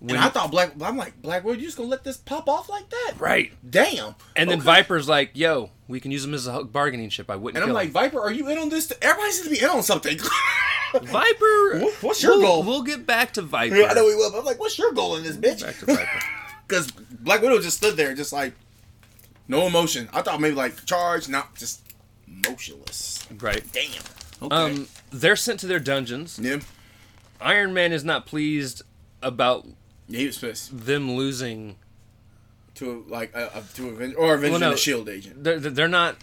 A: When
B: and I thought Black. I'm like Black Widow. You just gonna let this pop off like that?
A: right,
B: Damn.
A: and then
B: Okay.
A: Viper's like, "Yo, we can use him as a bargaining chip." I wouldn't.
B: And I'm
A: kill
B: like,
A: him.
B: Viper, are you in on this? Everybody seems to be in on something. [LAUGHS]
A: Viper.
B: What- what's your
A: we'll,
B: goal?
A: We'll get back to Viper.
B: I know we will. But I'm like, what's your goal in this,
A: Back to
B: bitch?
A: Viper.
B: Because Black Widow just stood there, just like, No emotion. I thought maybe like charged, not just motionless.
A: Right.
B: Damn. Okay.
A: Um, they're sent to their dungeons.
B: yeah.
A: Iron Man is not pleased about
B: Yeah, he was pissed
A: them losing.
B: to like a, a to Aven- or Avenger
A: Well, no.
B: the Shield E agent.
A: They're, they're not.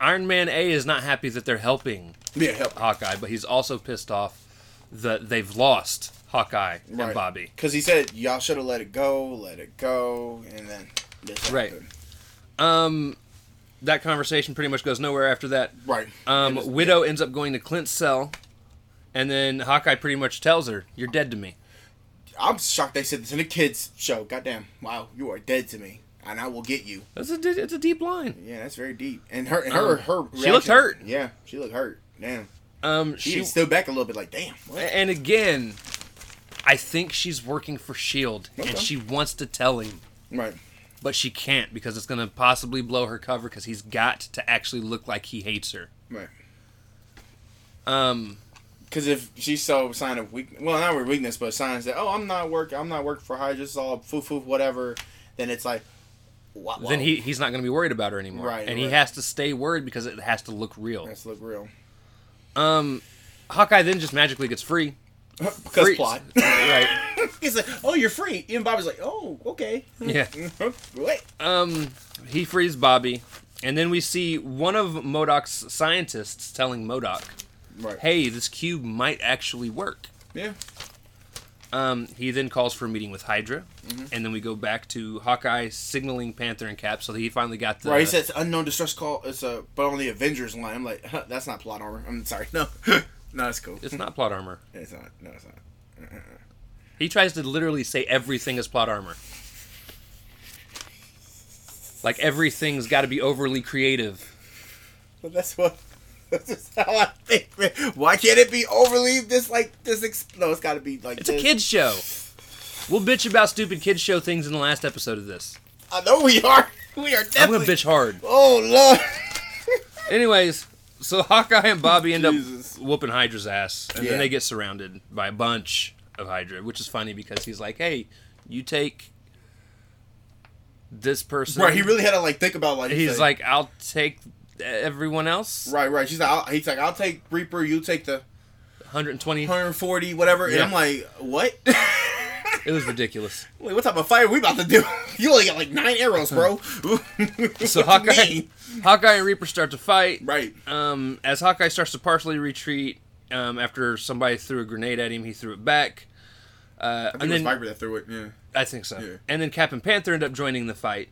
A: Iron Man A is not happy that they're helping
B: Yeah, help.
A: Hawkeye, but he's also pissed off that they've lost Hawkeye and
B: Right.
A: Bobby.
B: Because he said y'all should have let it go, let it go, and then this
A: Right.
B: happened.
A: Um, that conversation pretty much goes nowhere after that.
B: right.
A: Um,
B: It was-
A: Widow ends up going to Clint's cell, and then Hawkeye pretty much tells her, "You're dead to me."
B: I'm shocked they said this in a kids show. Goddamn! Wow, you are dead to me, and I will get you.
A: That's a di- it's a deep line.
B: Yeah, that's very deep. And her, and her,
A: Um,
B: her.
A: she looked hurt.
B: Yeah, she looked hurt. Damn.
A: Um,
B: She,
A: she
B: stood back a little bit, like damn. What?
A: and again, I think she's working for Shield,
B: Okay.
A: E and she wants to tell him,
B: Right.
A: but she can't because it's gonna possibly blow her cover because he's got to actually look like he hates her.
B: Right.
A: Um,
B: Because if she saw a sign of weakness, well, not weakness, but signs that oh, I'm not work, I'm not working for Hydra. This is all foo foo, whatever. Then it's like, wow.
A: then he he's not gonna be worried about her anymore,
B: Right,
A: and he
B: right.
A: has to stay worried because it has to look real.
B: That's look real.
A: Um, Hawkeye then just magically gets free.
B: Because
A: Free-
B: plot.
A: [LAUGHS]
B: [LAUGHS]
A: right?
B: He's like, oh, you're free. Even Bobby's like, oh, okay. [LAUGHS]
A: Yeah.
B: Wait.
A: Um, he frees Bobby, and then we see one of Modoc's scientists telling Modoc,
B: Right.
A: "Hey, this cube might actually work."
B: Yeah.
A: Um, he then calls for a meeting with Hydra, and then we go back to Hawkeye signaling Panther and Cap, so he finally got the
B: Right. He says unknown distress call. It's a but on the Avengers line. I'm like, [LAUGHS] huh, that's not plot armor. I'm sorry. No. [LAUGHS] no, it's cool.
A: it's not plot armor.
B: It's not. No, it's not.
A: He tries to literally say everything is plot armor. Like everything's got to be overly creative.
B: But that's what. [LAUGHS] That's just how I think. Man. Why can't it be overly this like this? Ex- no, it's got to be like
A: It's a
B: this.
A: kids show. We'll bitch about stupid kids show things in the last episode of this.
B: I know we are. [LAUGHS] We
A: I'm
B: are
A: gonna
B: definitely.
A: bitch hard.
B: Oh
A: [LAUGHS]
B: lord.
A: Anyways, so Hawkeye and Bobby end
B: Jesus.
A: up whooping Hydra's ass, and
B: Yeah.
A: then they get surrounded by a bunch of Hydra, which is funny because he's like, "Hey, you take this person."
B: Right. He really had to like think about like he
A: he's
B: said-
A: like, "I'll take everyone else."
B: Right. Right. She's like. I'll, he's like. I'll take Reaper. You take the
A: 120.
B: 140 whatever. And
A: Yeah.
B: I'm like, what? [LAUGHS]
A: It was ridiculous.
B: Wait, what type of fire we about to do? [LAUGHS] you only got like nine
A: [LAUGHS]
B: arrows, bro. [LAUGHS]
A: So
B: What you
A: Hawkeye,
B: mean?
A: Hawkeye and Reaper start to fight.
B: Right.
A: Um, as Hawkeye starts to partially retreat, um, after somebody threw a grenade at him, he threw it back. Uh,
B: I think
A: and
B: it was
A: then
B: Viper that threw it. Yeah.
A: I think so.
B: Yeah.
A: And then Cap and Panther end up joining the fight.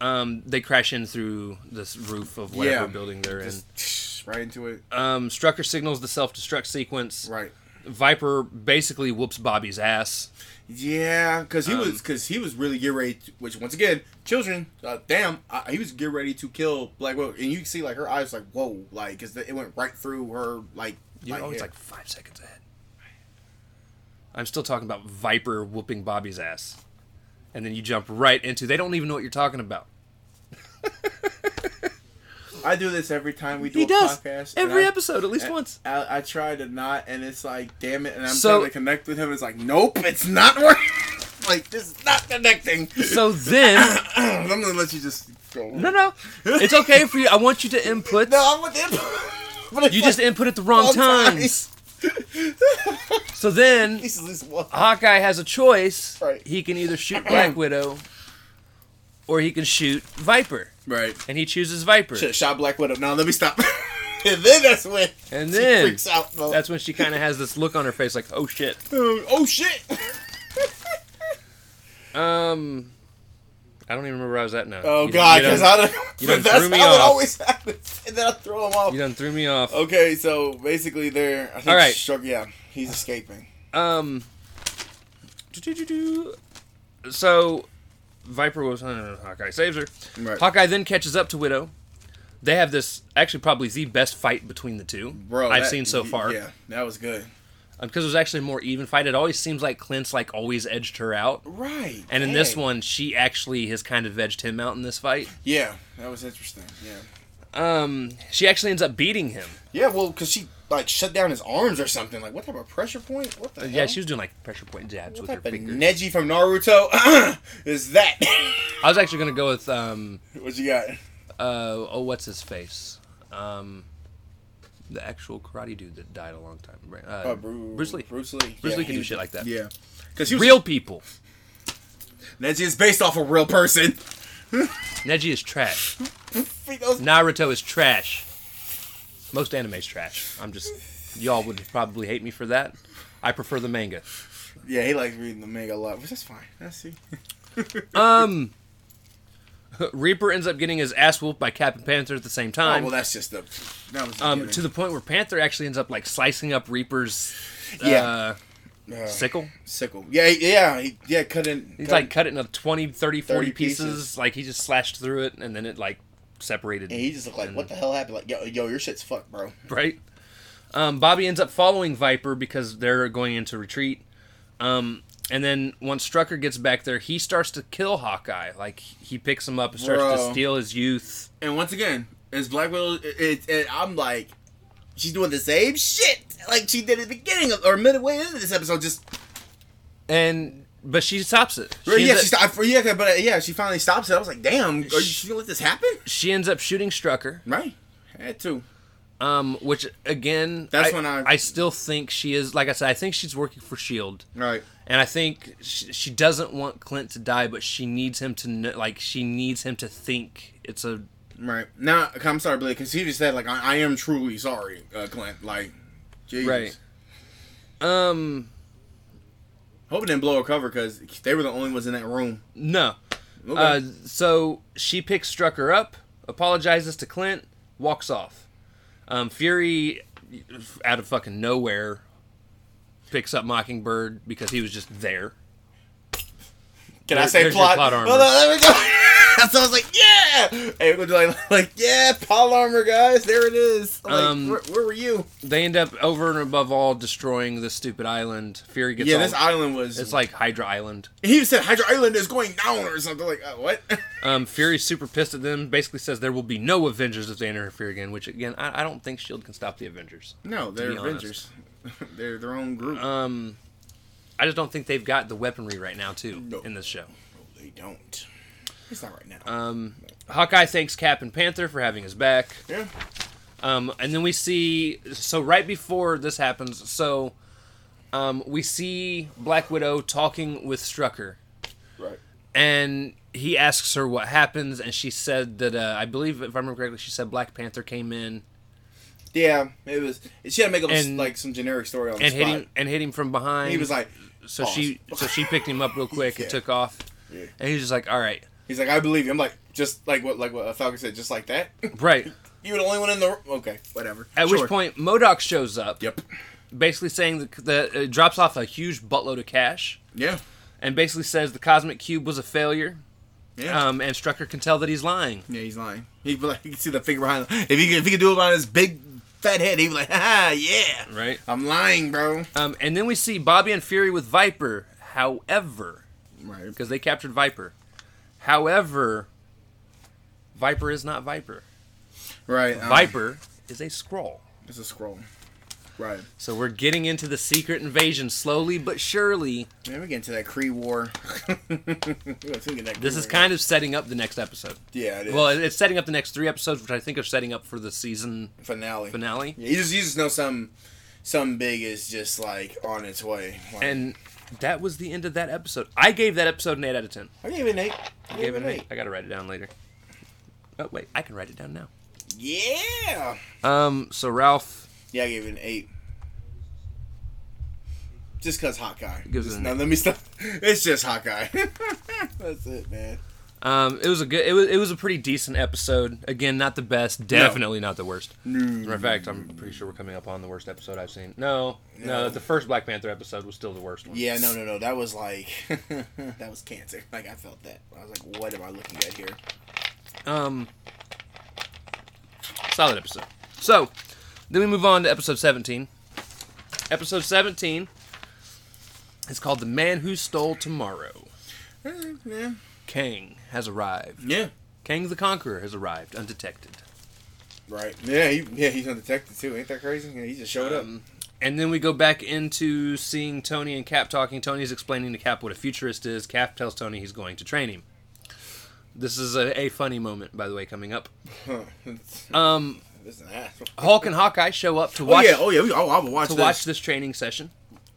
A: Um, they crash in through this roof of whatever
B: Yeah.
A: building they're in.
B: Just right into it.
A: Um, Strucker signals the self-destruct sequence.
B: Right.
A: Viper basically whoops Bobby's ass.
B: Yeah, because
A: um,
B: he was because he was really get ready. To, which once again, children, uh, damn, uh, he was get ready to kill Black Widow, and you see like her eyes like whoa, like because it went right through her like.
A: You know, it's
B: head.
A: like five seconds ahead. I'm still talking about Viper whooping Bobby's ass, and then you jump right into. They don't even know what you're talking about.
B: I do this every time we do
A: He
B: a
A: does
B: podcast. and
A: every
B: I-
A: episode, at least once.
B: I, I try to not, and it's like, damn it, and I'm
A: So-
B: trying to connect with him. It's like, nope, it's not working. [LAUGHS] like this is not connecting.
A: So then,
B: [COUGHS] [LAUGHS] I'm gonna let you just go.
A: no, no, it's okay for you. I want you to input.
B: No, I'm with him. [LAUGHS] But it's
A: You
B: like,
A: just input at the wrong,
B: wrong [LAUGHS]
A: times. so then
B: this is this one.
A: Hawkeye has a choice.
B: Right.
A: He can either
B: [CLEARS THROAT]
A: shoot Black Widow or he can shoot Viper.
B: Right.
A: And he chooses Viper.
B: Should have shot Black Widow. Now let me stop. [LAUGHS] and then that's when
A: And
B: she
A: then-
B: freaks out. Bro.
A: That's when she kind of has this look on her face like, oh shit.
B: oh shit.
A: Um, I don't even remember where I was at now.
B: Oh
A: You- you
B: god,
A: done-
B: because I don't.
A: you done
B: [LAUGHS] that's
A: threw me
B: how
A: off.
B: it always happens. And then I throw him off.
A: You done threw me off.
B: Okay, so basically they're. I think
A: All right.
B: Struck, yeah, he's escaping.
A: Um. doo-doo-doo-doo. So, Viper was uh, Hawkeye saves her.
B: Right.
A: Hawkeye then catches up to Widow. They have this actually probably the best fight between the two I've
B: that-
A: seen so far.
B: Yeah, that was good.
A: Because Uh, it was actually a more even fight. It always seems like Clint's like always edged her out,
B: Right.
A: and in this
B: dang.
A: one she actually has kind of edged him out in this fight.
B: Yeah, that was interesting. Yeah.
A: Um, she actually ends up beating him.
B: Yeah, well, because she like shut down his arms or something. Like what type of pressure point? What the hell?
A: Yeah, she was doing like pressure point jabs
B: What
A: with her
B: type of
A: fingers.
B: Neji from Naruto [CLEARS THROAT] is that? [LAUGHS]
A: I was actually gonna go with um
B: What you got?
A: uh oh what's his face um the actual karate dude that died a long time Bra- uh,
B: Oh,
A: Bruce,
B: Bru-
A: Lee.
B: Bruce Lee.
A: Bruce
B: Yeah,
A: Lee can
B: he
A: do
B: was-
A: shit like that.
B: Yeah, because he was
A: Real people.
B: That's just based off a real person. [LAUGHS]
A: Neji is trash.
B: Those-
A: Naruto is trash. Most anime's trash. I'm just y'all would probably hate me for that. I prefer the manga. [LAUGHS]
B: Yeah, he likes reading the manga a lot, which that's fine. That's see.
A: Um Reaper ends up getting his ass whooped by Captain Panther at the same
B: Oh
A: time.
B: well, that's just the. That was
A: um, to the point where Panther actually ends up like slicing up Reaper's
B: Yeah.
A: uh,
B: Yeah.
A: sickle.
B: sickle. Yeah, he- yeah, he, yeah. Cut in.
A: He's
B: cut-
A: like cut it into 20, 30, 40
B: 30
A: pieces.
B: pieces.
A: Like he just slashed through it and then it like separated.
B: and he just looked like, what the hell happened? Like, yo, yo, your shit's fucked, bro.
A: right? Um, Bobby ends up following Viper because they're going into retreat. Um, and then once Strucker gets back there, he starts to kill Hawkeye. Like he picks him up and starts to
B: Bro.
A: steal his youth.
B: And once again, it's Black Widow. It, it, it- I'm like, she's doing the same shit like she did at the beginning of, or midway into this episode. Just
A: And but she stops it. She
B: yeah,
A: ends
B: she
A: up-
B: stopped. Yeah, okay, but uh, yeah, she finally stops it. I was like, damn, are you she gonna let this happen?
A: she ends up shooting Strucker.
B: Right. Had to.
A: Um, which again,
B: That's
A: I,
B: when I-
A: I still think she is. Like I said, I think she's working for Shield,
B: Right.
A: and I think she, she doesn't want Clint to die, but she needs him to kn- like she needs him to think it's a
B: Right now, I'm sorry, Blake, because he just said like, I, I am truly sorry, uh, Clint. Like, Jesus.
A: right. Um,
B: Hope it didn't blow her cover because they were the only ones in that room.
A: no.
B: Okay.
A: Uh, so she picks Strucker up, apologizes to Clint, walks off. Um, Fury, out of fucking nowhere, picks up Mockingbird because he was just there.
B: Can
A: there- there's your plot armor.
B: Hold on, there we go. [LAUGHS] so I was like, yeah. And we're like, [LAUGHS] like, yeah, plot armor, guys. There it is. Like,
A: Um,
B: where, where were you?
A: They end up over and above all destroying this stupid island. Fury gets
B: Yeah,
A: all,
B: this island was.
A: it's like Hydra Island.
B: he said Hydra Island is going down or something. Like, uh, what? [LAUGHS]
A: Um, Fury's super pissed at them. Basically says there will be no Avengers if they interfere again. Which again, I, I don't think Shield can stop the Avengers.
B: no,
A: be
B: they're
A: honest. [LAUGHS]
B: Avengers. they're their own group.
A: Um, I just don't think they've got the weaponry right now too
B: No.
A: in this show.
B: they don't. It's not right now.
A: Um, Hawkeye thanks Cap and Panther for having his back.
B: yeah.
A: Um, and then we see so right before this happens, so um, we see Black Widow talking with Strucker,
B: Right.
A: and he asks her what happens, and she said that uh, I believe if I remember correctly, she said Black Panther came in
B: Yeah, it was. She had to make up
A: And-
B: like some generic story on the
A: and hit
B: spot.
A: him and hit him from behind.
B: he was like,
A: so she
B: "Pause."
A: so she picked him up real quick
B: Yeah.
A: and took off,
B: Yeah.
A: and he was just like, all right,
B: He's like, I believe you. I'm like, just like what, like what uh, Falcon said, just like that. [LAUGHS]
A: right.
B: you were the only one in the room. Okay, whatever.
A: At
B: Sure.
A: which point, Modoc shows up,
B: Yep.
A: basically saying that, that uh, drops off a huge buttload of cash.
B: Yeah.
A: and basically says the cosmic cube was a failure.
B: Yeah.
A: Um, and Strucker can tell that he's lying.
B: yeah, he's lying. He be like, you can see the finger behind. Him. If he could, if he could do it behind his big fat head, he'd be like, ha, yeah.
A: Right.
B: I'm lying, bro.
A: Um, and then we see Bobby and Fury with Viper. However,
B: Right.
A: because they captured Viper. However, Viper is not Viper.
B: Right. um,
A: Viper is a scroll.
B: It's a scroll. Right.
A: So we're getting into the secret invasion slowly but surely.
B: Man, we get into that Cree war. [LAUGHS] this
A: This is kind of setting up the next episode.
B: yeah. It is.
A: Well, it- it's setting up the next three episodes, which I think are setting up for the season
B: finale.
A: finale.
B: Yeah, you just you just know some some big is just like on its way. Like,
A: And that was the end of that episode. I gave that episode an 8 out of 10.
B: I gave it an eight. I
A: Gave it an eight. I gotta write it down later. Oh wait, I can write it down now.
B: Yeah.
A: Um, so Ralph,
B: Yeah, I gave it an eight. Just cause Hawkeye.
A: Gives it
B: Just,
A: an
B: no,
A: eight.
B: let me stop. [LAUGHS] It's just Hawkeye. [LAUGHS] That's it, man.
A: um, it was a good, it was it was a pretty decent episode. Again, not the best, definitely not the worst. Matter of fact, I'm pretty sure we're coming up on the worst episode I've seen. No, no,
B: No.
A: the first Black Panther episode was still the worst one.
B: Yeah, no, no, no. That was like [LAUGHS] that was cancer. Like I felt that. I was like, what am I looking at here?
A: Um, solid episode. So, then we move on to episode 17. Episode 17 is called "The Man Who Stole Tomorrow."
B: Eh, Yeah.
A: Kang has arrived.
B: Yeah.
A: Kang the Conqueror has arrived undetected.
B: Right. Yeah. He, yeah. He's undetected too. Ain't that crazy? Yeah, he just showed
A: Um, and then we go back into seeing Tony and Cap talking. Tony's explaining to Cap what a futurist is. Cap tells Tony he's going to train him. This is a, a funny moment, by the way, coming up. [LAUGHS]
B: [LAUGHS]
A: Um,
B: This is an asshole.
A: Hulk and Hawkeye show up to
B: Oh
A: watch
B: yeah, oh yeah, we, oh, I would watch
A: to
B: this.
A: watch Um, this training session,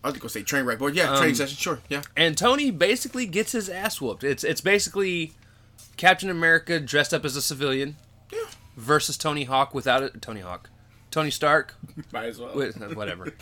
B: I was gonna say train wreck, but yeah, training session, sure, yeah.
A: and Tony basically gets his ass whooped. It's it's basically Captain America dressed up as a civilian
B: Yeah.
A: versus Tony Hawk without it. Tony Hawk, Tony Stark
B: Might as well.
A: with uh,
B: [LAUGHS]
A: whatever.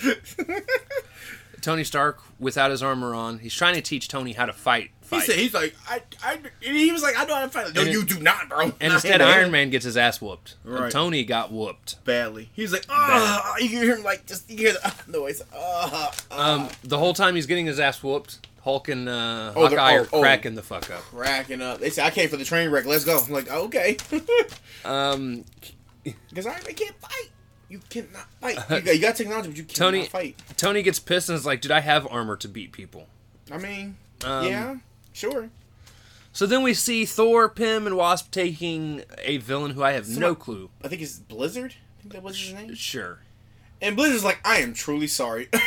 A: Tony Stark without his armor on. He's trying to teach Tony how to fight.
B: He
A: fight.
B: said he's like I I and he was like I know how to fight. No,
A: And-
B: you do not, bro.
A: and instead, Iron Man gets his ass whooped. And
B: Right.
A: Tony got whooped.
B: badly. He's like ah, you hear him like just you hear the [LAUGHS] uh, noise. Ah, ah,
A: Um, the whole time he's getting his ass whooped, Hulk and uh,
B: Oh, they're-
A: Hawkeye are
B: oh, oh.
A: cracking the fuck up.
B: cracking up. They say I came for the train wreck. Let's go. I'm like okay, [LAUGHS]
A: Um,
B: because Iron Man can't fight. You cannot fight. You got, you got technology, but you cannot
A: Tony-
B: fight.
A: Tony gets pissed and is like, "Dude, I have armor to beat people."
B: I mean,
A: Um,
B: yeah, sure.
A: So then we see Thor, Pym, and Wasp taking a villain who I have no
B: Someone-
A: clue.
B: I think it's Blizzard. I think that was his name.
A: Sure.
B: And Blizzard's like, I am truly sorry. [LAUGHS]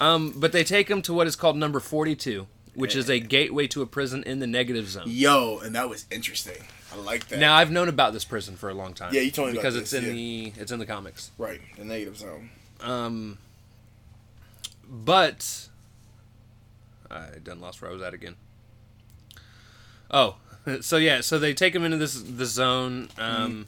A: Um, but they take him to what is called number forty-two, which is
B: Eh.
A: a gateway to a prison in the negative zone.
B: Yo, and that was interesting. I like that.
A: Now I've known about this prison for a long time.
B: Yeah, you told me about
A: because it's
B: this,
A: in the it's in the comics.
B: right, the negative zone.
A: Um, but I done lost where I was at again. Oh, [LAUGHS] so yeah, so they take him into this this zone, um,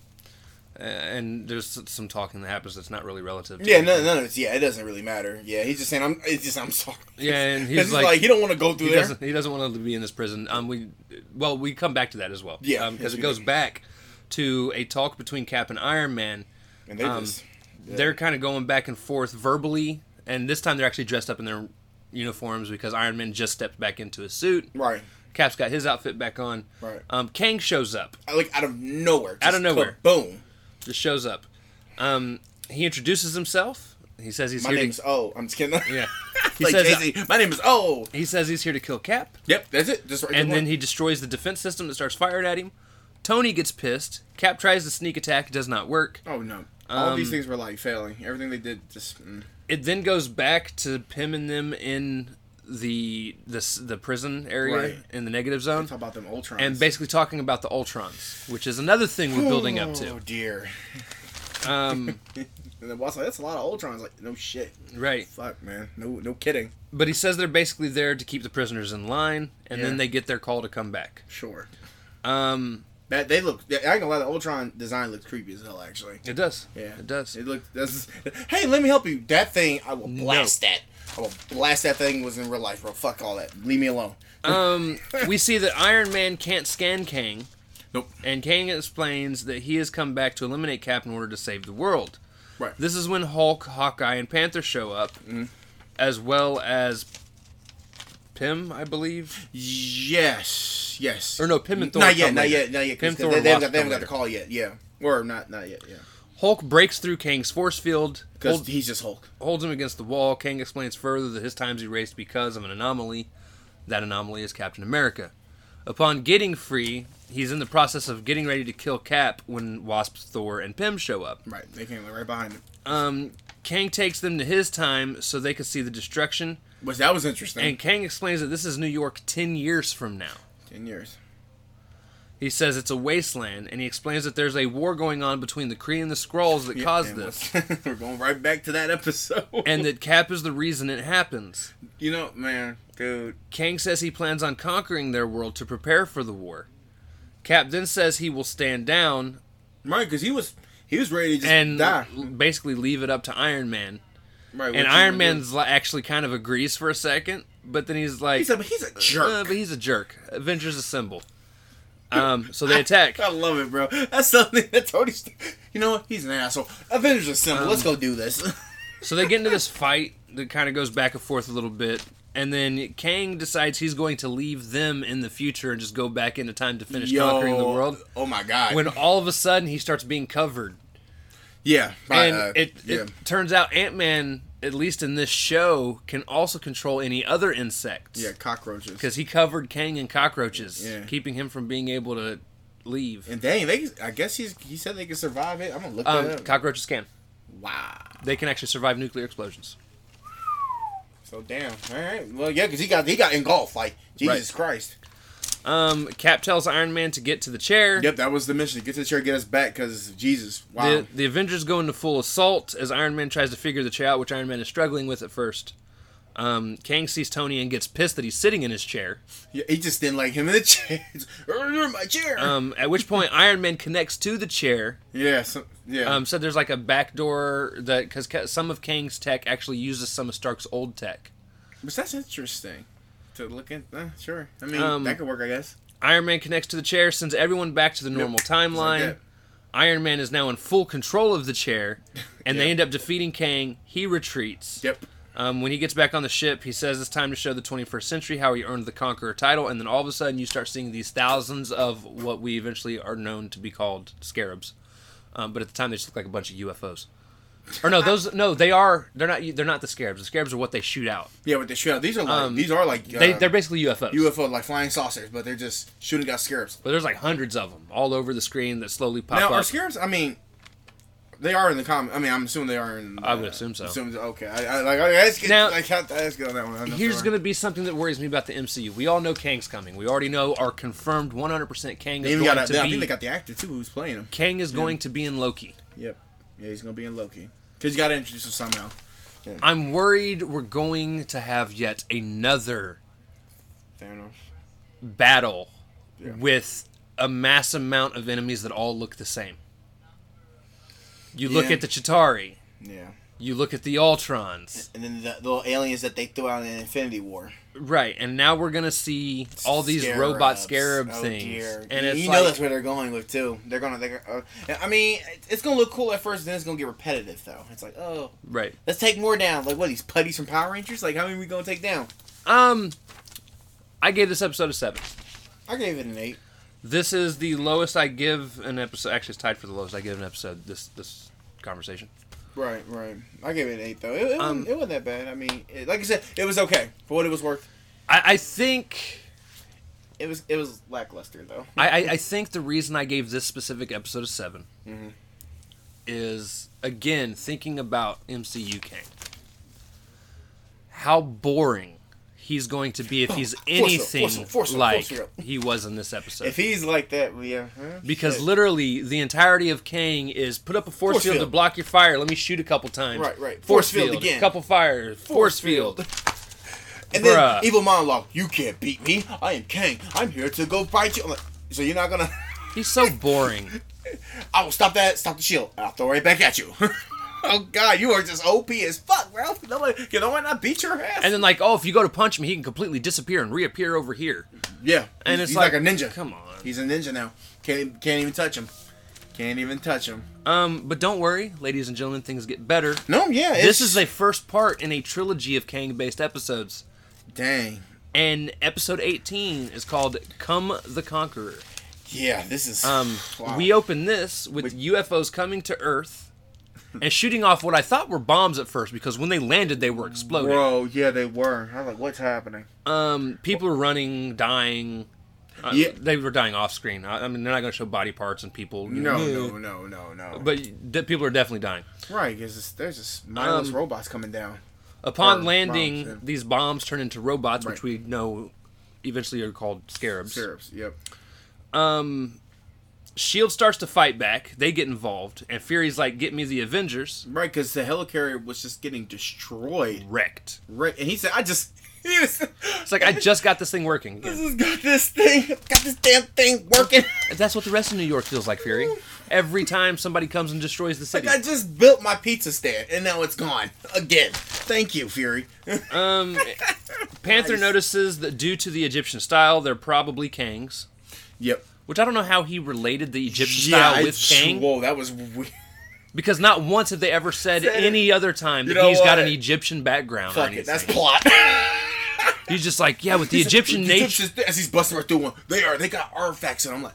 A: a- and there's some talking that happens that's not really relative. To
B: Yeah,
A: anything.
B: none, none of it's. Yeah, it doesn't really matter. Yeah, he's just saying I'm. It's just I'm sorry.
A: Yeah, and
B: 'Cause
A: he's like-
B: he don't want to go through
A: He
B: there.
A: doesn't. He doesn't want to be in this prison. Um, we, well, we come back to that as well.
B: Yeah.
A: because it goes back to a talk between Cap and Iron Man.
B: And they
A: um,
B: just.
A: They're kind of going back and forth verbally, and this time they're actually dressed up in their uniforms because Iron Man just stepped back into his suit.
B: Right.
A: Cap's got his outfit back on.
B: Right.
A: Um, Kang shows up.
B: I- Like out of nowhere.
A: Out
B: just
A: of nowhere.
B: Boom.
A: Just shows up. Um, he introduces himself. He says he's
B: My
A: here.
B: name's
A: To,
B: Oh. I'm just kidding. [LAUGHS]
A: yeah. He
B: like
A: says
B: Jay-Z, my name is Oh.
A: he says he's here to kill Cap,
B: Yep, that's it. Just right.
A: and
B: there.
A: then he destroys the defense system that starts firing at him. Tony gets pissed. Cap tries to sneak attack. Does not work.
B: Oh no. All
A: Um,
B: these things were like failing. Everything they did just. Mm.
A: It then goes back to Pim and them in the the s- the prison area
B: Right.
A: in the negative zone,
B: Talk about them Ultron.
A: and basically talking about the Ultrons, which is another thing we're building up
B: Oh
A: to.
B: dear.
A: Um,
B: And then Watt's like, that's a lot of Ultrons. Like, no shit.
A: right.
B: Fuck, man. No, no kidding.
A: But he says they're basically there to keep the prisoners in line, and
B: Yeah.
A: then they get their call to come back.
B: Sure.
A: Um,
B: That they look. I ain't gonna lie. The Ultron design looks creepy as hell. Actually.
A: it does.
B: Yeah,
A: it does.
B: It looked. That's, hey, let me help you. That thing, I will blast that. I will blast that thing. Was in real life, bro. Fuck all that. Leave me alone. [LAUGHS]
A: um, we see that Iron Man can't scan Kang,
B: Nope.
A: and Kang explains that he has come back to eliminate Cap in order to save the world.
B: Right.
A: This is when Hulk, Hawkeye, and Panther show up,
B: Mm-hmm.
A: as well as Pym, I believe.
B: Yes. Yes.
A: Or no, Pym and Thor.
B: Not yet.
A: come
B: Not
A: later.
B: yet. Not yet. 'cause
A: Pym, Thor,
B: they,
A: and
B: they
A: Wasp
B: haven't got, they haven't
A: come
B: got the
A: later.
B: call yet. Yeah. Or not. Not yet. Yeah.
A: Hulk breaks through Kang's force field,
B: Because
A: hold-
B: he's just Hulk.
A: holds him against the wall. Kang explains further that his time's erased because of an anomaly. That anomaly is Captain America. Upon getting free, he's in the process of getting ready to kill Cap when Wasp, Thor, and Pym show up.
B: Right. They came like, right behind him.
A: Um, Kang takes them to his time so they can see the destruction,
B: Which that was interesting.
A: and Kang explains that this is New York 10 years from now.
B: Ten years.
A: He says it's a wasteland, and he explains that there's a war going on between the Kree and the Skrulls that
B: Yeah,
A: caused
B: and
A: this,
B: [LAUGHS] we're- We're going right back to that episode.
A: and that Cap is the reason it happens.
B: [LAUGHS] you know, man, dude.
A: Kang says he plans on conquering their world to prepare for the war. Cap then says he will stand down
B: Right, because he was he was ready to just
A: and
B: die.
A: l- basically leave it up to Iron Man.
B: Right.
A: And
B: what you
A: Iron
B: gonna do?
A: Man's li- actually kind of agrees for a second, but then he's like,
B: He's a he's a
A: "Uh,
B: jerk.
A: but he's a jerk. Avengers assemble. Um, so they attack.
B: I love it, bro. That's something that Tony. St- you know what? He's an asshole. Avengers Assemble. Let's
A: Um,
B: go do this.
A: So they get into this fight that kind of goes back and forth a little bit. And then Kang decides he's going to leave them in the future and just go back into time to
B: [LAUGHS]
A: finish conquering the world.
B: Oh my god.
A: When all of a sudden he starts being covered
B: yeah. by,
A: and
B: uh,
A: it,
B: yeah.
A: it turns out Ant Man, at least in this show, can also control any other insects.
B: yeah cockroaches.
A: because he covered Kang in cockroaches,
B: Yeah.
A: keeping him from being able to leave.
B: And dang, they. I guess he's. He said they could survive it. I'm gonna look
A: Um,
B: that up.
A: cockroaches can;
B: wow.
A: they can actually survive nuclear explosions.
B: So damn. All right. Well, yeah, because he got he got engulfed. Like Jesus
A: Right.
B: Christ.
A: Um, Cap tells Iron Man to get to the chair.
B: Yep, that was the mission. Get to the chair, get us back, because Jesus, wow.
A: The, the Avengers go into full assault as Iron Man tries to figure the chair out, which Iron Man is struggling with at first. Um, Kang sees Tony and gets pissed that he's sitting in his chair.
B: Yeah, he just didn't like him in the [LAUGHS] chair. He's, "Urgh, my chair.
A: Um, at which point, [LAUGHS] Iron Man connects to the chair.
B: yeah, so, yeah.
A: Um, so there's like a backdoor that because some of Kang's tech actually uses some of Stark's old tech.
B: but that's interesting to look in. Uh, sure, I mean
A: Um,
B: that could work, I guess.
A: Iron Man connects to the chair, sends everyone back to the normal timeline.
B: that.
A: Iron Man is now in full control of the chair, and they
B: Yeah.
A: end up defeating Kang. He retreats.
B: Yep.
A: Um, when he gets back on the ship, he says it's time to show the 21st century how he earned the Conqueror title, and then all of a sudden you start seeing these thousands of what we eventually are known to be called scarabs. Um, but at the time, they just look like a bunch of UFOs. Or no, those no, they are they're not they're not the scarabs. The scarabs are what they shoot out.
B: Yeah, with the shootout, these are like these are like uh,
A: um, They they're basically UFOs.
B: UFO like flying saucers, but they're just shooting out scarabs.
A: but there's like hundreds of them all over the screen that slowly pop
B: Now
A: up.
B: are scarabs? I mean, they are in the comic. I mean, I'm assuming they are in.
A: I would assume so.
B: Assume, okay, I, I like I ask you.
A: Now-
B: I can't I ask you on that one. I'm not
A: Here's
B: sure.
A: going to be something that worries me about the MCU. We all know Kang's coming. We already know are confirmed 100% Kang
B: They
A: is
B: even
A: going
B: got.
A: to
B: A, I
A: be
B: think they got the actor too who's playing him.
A: Kang is going to be in Loki.
B: Yep. Yeah, he's gonna be in Loki. Cause you gotta introduce him somehow.
A: I'm worried we're going to have yet another
B: Thanos.
A: battle
B: Yeah.
A: with a mass amount of enemies that all look the same. You look
B: Yeah.
A: at the Chitari,
B: Yeah.
A: you look at the Ultrons,
B: And then the little aliens that they threw out in Infinity War.
A: right? And now we're gonna see all these robot scarab
B: Oh,
A: things,
B: dear.
A: and
B: you
A: it's
B: you know
A: like,
B: that's where they're going with too. They're gonna. They're, gonna- uh, I mean, it's gonna look cool at first, then it's gonna get repetitive though. It's like, oh,
A: right?
B: let's take more down. Like what? These putties from Power Rangers. Like how many we gonna take down?
A: Um, I gave this episode a seven.
B: I gave it an eight.
A: This is the lowest I give an episode. Actually, it's tied for the lowest I give an episode. This this conversation.
B: Right, right. I gave it an eight though. It, it,
A: Um,
B: wasn't, it wasn't that bad. I mean, it, like I said, it was okay for what it was worth.
A: I, I think
B: It was it was lackluster though.
A: I, I, I think the reason I gave this specific episode a 7
B: Mhm.
A: is again thinking about MCU Kang. How boring he's going to be if he's
B: it up,
A: anything
B: [CLEARS THROAT] force it up, force it up,
A: like
B: force it up.
A: he was in this episode.
B: If he's like that, yeah. huh?
A: because
B: Shit.
A: literally the entirety of Kang is put up a force,
B: Force
A: field, to
B: field.
A: block your fire. Let me shoot a couple times.
B: Right, right.
A: Force,
B: Force
A: field,
B: field again.
A: Couple fire. Force, field.
B: [LAUGHS] And then
A: Bruh.
B: evil monologue, you can't beat me. I am king. I'm here to go fight you. I'm like, so you're not gonna.
A: He's so boring.
B: I will stop that. Stop the shield. I'll throw it right back at you. [LAUGHS] oh God, you are just OP as fuck, Ralph. Nobody, you know what? I beat your ass.
A: and then like, oh, if you go to punch him, he can completely disappear and reappear over here.
B: yeah,
A: And
B: he's,
A: it's
B: he's
A: like,
B: like, a ninja.
A: Come on.
B: He's a ninja now. Can't can't even touch him. Can't even touch him.
A: Um, but don't worry, ladies and gentlemen, things get better.
B: No, yeah. It's,
A: This is the first part in a trilogy of Kang-based episodes,
B: dang.
A: and episode 18 is called "Come the Conqueror."
B: Yeah, this is.
A: Um,
B: wow.
A: we open this with UFOs coming to Earth and shooting off what I thought were bombs at first, because when they landed, they were exploding.
B: Bro, yeah, they were. I was like, what's happening?
A: Um, people are running, dying. Uh,
B: Yeah.
A: They were dying off screen. I, I mean, they're not going to show body parts and people. you
B: No,
A: know.
B: no, no, no, no.
A: But de- people are definitely dying.
B: Right, because there's just mindless
A: Um,
B: robots coming down.
A: Upon
B: Or
A: landing,
B: bombs, yeah.
A: these bombs turn into robots, which we
B: Right.
A: know eventually are called scarabs.
B: Syrups, yep.
A: Um, Shield starts to fight back. They get involved, and Fury's like, "Get me the Avengers."
B: Right, because the helicarrier was just getting destroyed.
A: Wrecked.
B: Right, and he said, "I just." [LAUGHS] He was,
A: It's
B: [LAUGHS]
A: like I just got this thing working.
B: this
A: Again.
B: has got this thing, got this damn thing working.
A: [LAUGHS] That's what the rest of New York feels like, Fury. Every time somebody comes and destroys the city.
B: I just built my pizza stand, and now it's gone again. Thank you, Fury.
A: Um,
B: [LAUGHS]
A: Panther
B: Nice.
A: notices that due to the Egyptian style, they're probably Kangs.
B: Yep.
A: Which I don't know how he related the Egyptian
B: I-
A: style with Kang.
B: Whoa, that was weird.
A: Because not once have they ever said
B: Said it.
A: any other time that
B: You know
A: he's got
B: what?
A: an Egyptian background or
B: Fuck
A: anything.
B: it, that's plot. [LAUGHS]
A: he's just like, yeah, with the Egyptian nature.
B: Egyptians, as he's busting right through one, they are. They got artifacts, and I'm like,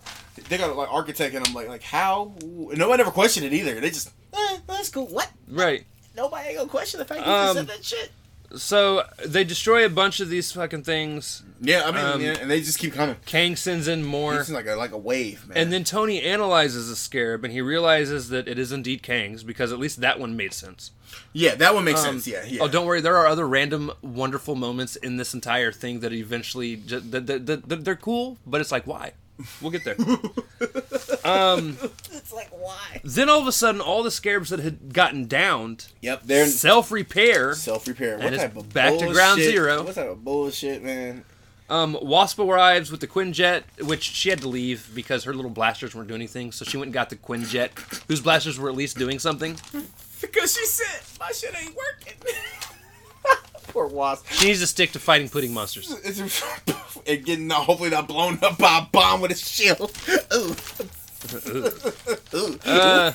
B: they got like architect, and I'm like, like how? And nobody ever questioned it either. They just, eh, that's cool. What?
A: Right.
B: Nobody ain't gonna question the fact you
A: Um,
B: just said that shit.
A: So they destroy a bunch of these fucking things.
B: Yeah, I mean,
A: Um,
B: yeah, and they just keep coming.
A: Kang sends in more.
B: It's like a like a wave, man.
A: And then Tony analyzes the scarab and he realizes that it is indeed Kang's because at least that one made sense.
B: yeah, that one makes sense. Yeah, yeah.
A: Oh, don't worry. There are other random, wonderful moments in this entire thing that eventually just, that, that, that, that they're cool, but it's like why? We'll get
B: [LAUGHS]
A: there.
C: It's like why?
A: then all of a sudden, all the scarabs that had gotten downed
B: yep, they're in
A: self repair.
B: self repair. What
A: And it's
B: type of
A: back to ground
B: bullshit-
A: zero.
B: What type of bullshit, man?
A: Um, Wasp arrives with the Quinjet, which she had to leave because her little blasters weren't doing anything. So she went and got the Quinjet, whose blasters were at least doing something.
C: Because she said my shit ain't working.
B: Poor wasp.
A: She needs to stick to fighting pudding
B: [LAUGHS]
A: monsters.
B: [LAUGHS] It's and getting uh, hopefully not blown up by a bomb with a shield. [LAUGHS] Ooh. Ooh.
A: Uh,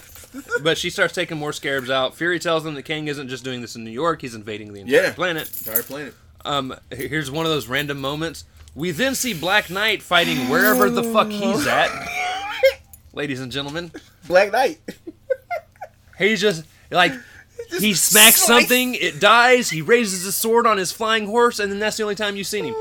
A: but she starts taking more scarabs out. Fury tells them that Kang isn't just doing this in New York; he's invading the entire
B: Yeah.
A: planet.
B: Entire planet.
A: Um, here's one of those random moments. We then see Black Knight fighting wherever the fuck he's at. Ladies and gentlemen,
B: [LAUGHS] Black Knight. [LAUGHS]
A: he's just like
B: [LAUGHS]
A: he smacks
B: slice-
A: something, it dies. He raises his sword on his flying horse, and then that's the only time you've seen him.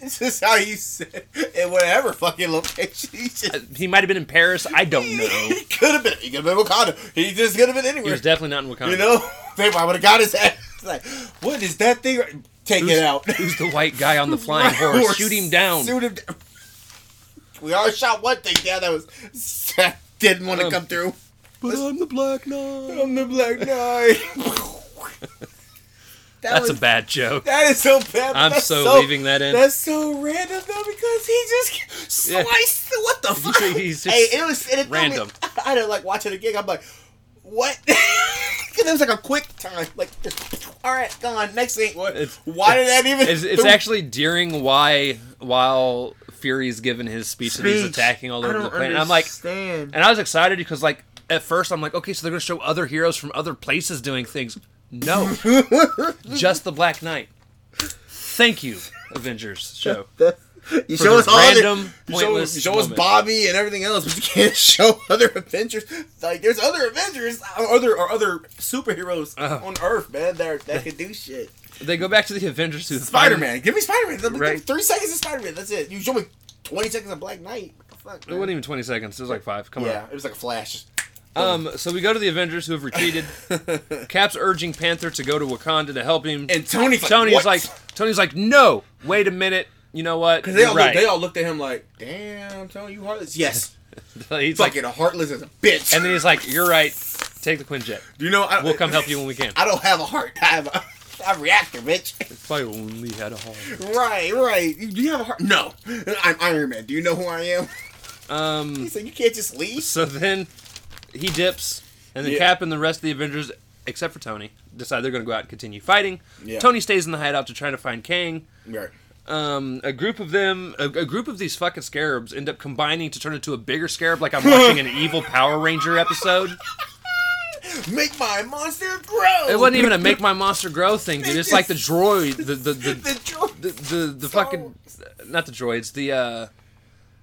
B: this is how you said in whatever fucking location. He, just,
A: He might have been in Paris. I
B: [LAUGHS]
A: don't know.
B: he could have been. He could have been Wakanda. He just could have been
A: He
B: anywhere.
A: was definitely not in Wakanda.
B: You know, [LAUGHS] they probably would have got his ass. [LAUGHS] It's like, what is that thing? right- Take it out. [LAUGHS]
A: Who's the white guy on the flying horse? Shoot him down.
B: Shoot him down. We all shot one thing down that was didn't want to
A: Um,
B: come through.
A: But I'm the Black Knight.
B: I'm the Black Knight. [LAUGHS] that
A: [LAUGHS] That's a
B: was,
A: bad
B: [LAUGHS]
A: joke.
B: That is so bad. but
A: I'm
B: that's
A: so, leaving that in.
B: That's so random though because he just sliced.
A: Yeah.
B: the- What the fuck?
A: he's just
B: hey, it was and it threw me-
A: random.
B: [LAUGHS] I didn't like watching the gig. I'm like, what? [LAUGHS] Because it was like a quick time. Like, just, all right, gone. Next thing, what?
A: It's-
B: Why did that even?
A: It's,
B: [LAUGHS]
A: it's
B: threw-
A: actually during why while Fury's giving his speech, and he's
B: Speech.
A: attacking all
B: I
A: over the
B: don't
A: planet. And I'm like,
B: understand.
A: and I was excited because like at first I'm like, okay, so they're gonna show other heroes from other places doing things.
B: [LAUGHS]
A: No, just the Black Knight. Thank you,
B: [LAUGHS]
A: Avengers show.
B: That's- You show
A: the
B: us all the-
A: random,
B: you show, you
A: pointless
B: show us
A: moment.
B: Bobby and everything else, but you can't [LAUGHS] show other Avengers. Like there's other Avengers, or other or other superheroes
A: Uh-huh.
B: on Earth, man. That are- that can do shit.
A: They go back to the Avengers who
B: Spider Man, give me Spider Man.
A: Right.
B: Three seconds of Spider Man. That's it. You show me twenty seconds of Black Knight. What the fuck?
A: It
B: man?
A: wasn't even 20 seconds. It was like five. Come
B: yeah, it was like a flash.
A: on. Um, so we go to the Avengers who have
B: [LAUGHS]
A: retreated. Cap's urging Panther to go to Wakanda to help him.
B: And Tony's like,
A: Tony's
B: what?
A: like, Tony's like, no, wait a minute. You know what?
B: They all,
A: You're right.
B: looked, they all looked at him like, "Damn, Tony, you
A: [LAUGHS]
B: heartless." Yes,
A: he's like,
B: fucking heartless as a bitch.
A: and then he's like, "You're right. Take the Quinjet.
B: you know, I,
A: We'll come help you when we
B: [LAUGHS]
A: can."
B: I don't have a heart. I have a, [LAUGHS] I'm a reactor, bitch.
A: If I only had a home.
B: Right, right. You- Do you have a heart? No. I'm Iron Man. Do you know who I am? [LAUGHS] He
A: Um.
B: said, you can't just leave.
A: So then he dips, and the
B: Yeah.
A: Cap and the rest of the Avengers, except for Tony, decide they're going to go out and continue fighting.
B: Yeah.
A: Tony stays in the hideout to try to find Kang.
B: Right.
A: Um, a group of them, a, a group of these fucking scarabs, end up combining to turn into a bigger scarab, like I'm
B: [LAUGHS]
A: watching an evil Power Ranger episode.
B: Make my monster grow.
A: It wasn't even a make my monster grow thing, dude. It's like the droid, the the the
B: [LAUGHS] The [LAUGHS] dro-
A: the, the, the fucking not the droids, the uh,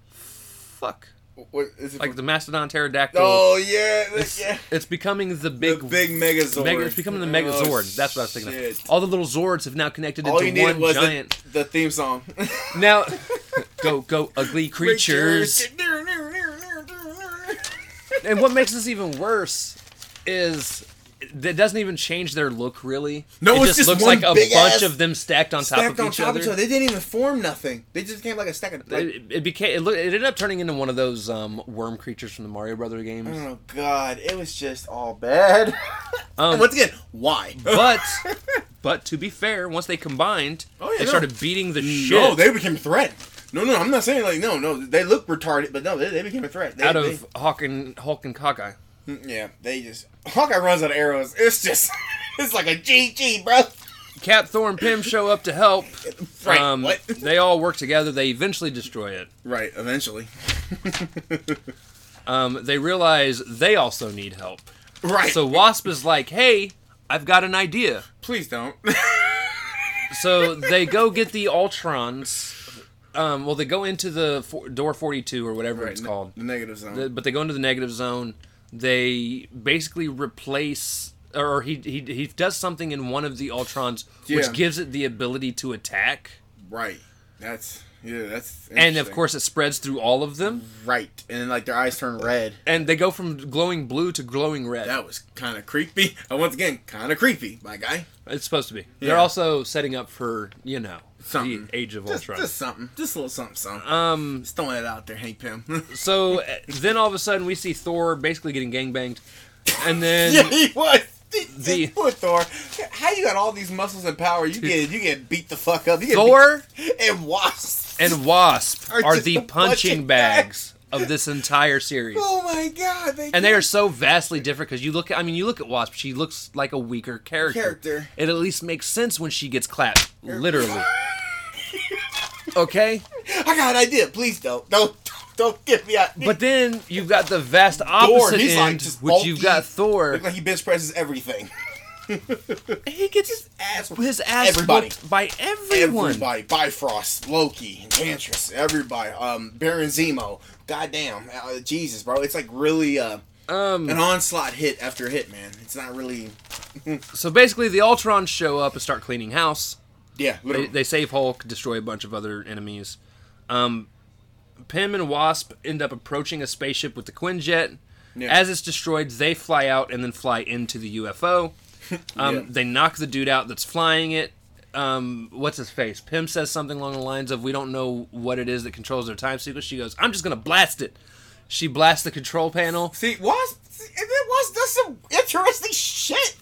A: fuck,
B: what is it?
A: like the mastodon pterodactyl.
B: oh yeah, the-
A: it's,
B: yeah.
A: it's becoming the big,
B: The big Megazord.
A: mega, it's becoming the
B: Oh,
A: Megazord. That's what I was thinking.
B: shit.
A: Of. All the little Zords have now connected
B: All you
A: into
B: needed
A: one
B: was the,
A: giant.
B: the theme song. [LAUGHS]
A: Now, [LAUGHS] go go ugly
B: [LAUGHS]
A: creatures. and what makes this even worse is it doesn't even change their look really.
B: No,
A: it just
B: it's just
A: looks
B: one
A: like a
B: big
A: bunch
B: ass
A: of them stacked on top
B: Stacked
A: of
B: on
A: each
B: top of
A: other.
B: each other. They didn't even form nothing. They just came like a stack of. Like,
A: it, it became it, look, it ended up turning into one of those um, worm creatures from the Mario Brother games.
B: oh god, it was just all bad.
A: [LAUGHS] Um,
B: Once again, [LAUGHS] why?
A: but but to be fair, once they combined,
B: Oh, yeah,
A: they
B: no.
A: started beating the shit
B: No, they became a threat. No, no, I'm not saying like no, no. They look retarded, but no, they, they became a threat. They,
A: out of Hawk and Hulk and Hawkeye.
B: they- yeah, they just Hawkeye runs out of arrows. It's just [LAUGHS] it's like a GG, bro.
A: Cap, Thor, and Pym show up to help.
B: [LAUGHS] Right,
A: Um,
B: what?
A: [LAUGHS]
B: [LAUGHS]
A: they all work together. They eventually destroy it.
B: Right, eventually.
A: Um, they realize they also need help.
B: Right. [LAUGHS]
A: So
B: So
A: Wasp is like, "Hey, I've got an idea."
B: please
A: [LAUGHS]
B: don't.
A: So they go get the Ultrons. Um, well, they go into the for- door forty-two or whatever it's called.
B: the negative zone.
A: but they go into the negative zone. They basically replace or he he he does something in one of the Ultrons,
B: Yeah.
A: which gives it the ability to attack,
B: Right. That's yeah. That's
A: and of
B: interesting.
A: course it spreads through all of them,
B: right. And then like their eyes turn red.
A: and they go from glowing blue to glowing red.
B: That was kind of creepy. [LAUGHS] And once again, kind of creepy, my guy.
A: It's supposed to be.
B: Yeah.
A: They're also setting up for you know
B: Something.
A: the Age of
B: Just,
A: Ultron.
B: just something. Just a little something. Something.
A: Um.
B: just throwing it out there, Hank Pym. [LAUGHS]
A: So uh, then all of a sudden we see Thor basically getting gangbanged, [LAUGHS] and then
B: [LAUGHS] yeah, he was.
A: The-
B: The poor Thor. How you got all these muscles and power? You get you get beat the fuck up. You get
A: Thor
B: beat- and wasps.
A: and Wasp
B: Are
A: are,
B: [LAUGHS] just
A: the
B: the punching
A: punching bags of this entire series.
B: Oh my god! They
A: And they are so vastly different because you look. At, I mean, you look at Wasp. She looks like a weaker character.
B: Character.
A: It at least makes sense when she gets clapped,
B: [LAUGHS]
A: literally. okay,
B: I got an idea. Please don't don't don't get me out.
A: but then you've got the vast opposite
B: he's like
A: end,
B: just
A: which you've
B: bulky.
A: got Thor.
B: look [LAUGHS] like he bench presses everything.
A: He gets his
B: Ass
A: his ass
B: Everybody.
A: whooped by everyone.
B: Everybody, Bifrost, Loki, Enchantress, everybody, um, Baron Zemo, goddamn, uh, Jesus, bro, it's like really uh,
A: Um,
B: an onslaught hit after hit, man. It's not really,
A: so basically, the Ultrons show up and start cleaning house.
B: yeah,
A: They,
B: literally.
A: they save Hulk, destroy a bunch of other enemies. Um, Pym and Wasp end up approaching a spaceship with the Quinjet.
B: Yeah.
A: As it's destroyed, they fly out and then fly into the
B: [LAUGHS]
A: UFO. Um,
B: Yeah.
A: They knock the dude out that's flying it. Um, what's his face? Pym says something along the lines of, "We don't know what it is that controls their time sequence." She goes, "I'm just gonna blast it." She blasts the control panel.
B: See, Wasp, see, and then Wasp does some interesting shit.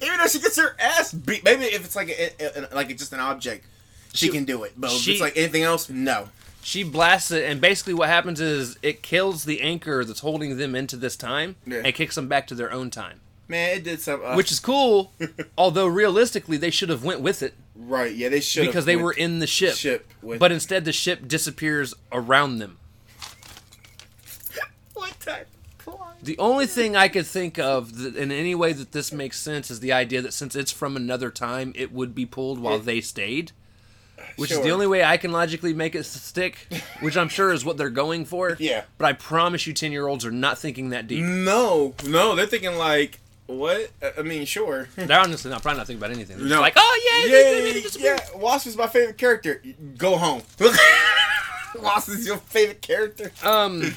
B: Even though she gets her ass beat, maybe if it's like a, a- a- like just an object, she,
A: She-
B: can do it. But if
A: she-
B: it's like anything else, no.
A: She blasts it, and basically what happens is it kills the anchor that's holding them into this time
B: Yeah.
A: and kicks them back to their own time.
B: Man, it did some. Uh,
A: which is cool.
B: [LAUGHS]
A: although realistically, they should have went with it
B: right? Yeah, they should
A: because they were in the ship.
B: ship with-
A: but instead, the ship disappears around them.
B: [LAUGHS] What type? of car?
A: The only thing I could think of that in any way that this makes sense is the idea that since it's from another time, it would be pulled while they stayed. Which is the
B: Sure.
A: only way I can logically make it s- stick, which I'm sure is what they're going for.
B: [LAUGHS] Yeah.
A: But I promise you, 10 year olds are not thinking that deep.
B: No, no, they're thinking like, what? Uh, I- I mean, sure. [LAUGHS]
A: They're honestly not probably not thinking about anything. They're
B: No.
A: just like, oh, yeah, they- they-
B: Yeah,
A: they disappeared."
B: yeah. Wasp is my favorite character. Go home. [LAUGHS] Wasp is your favorite character. [LAUGHS]
A: Um,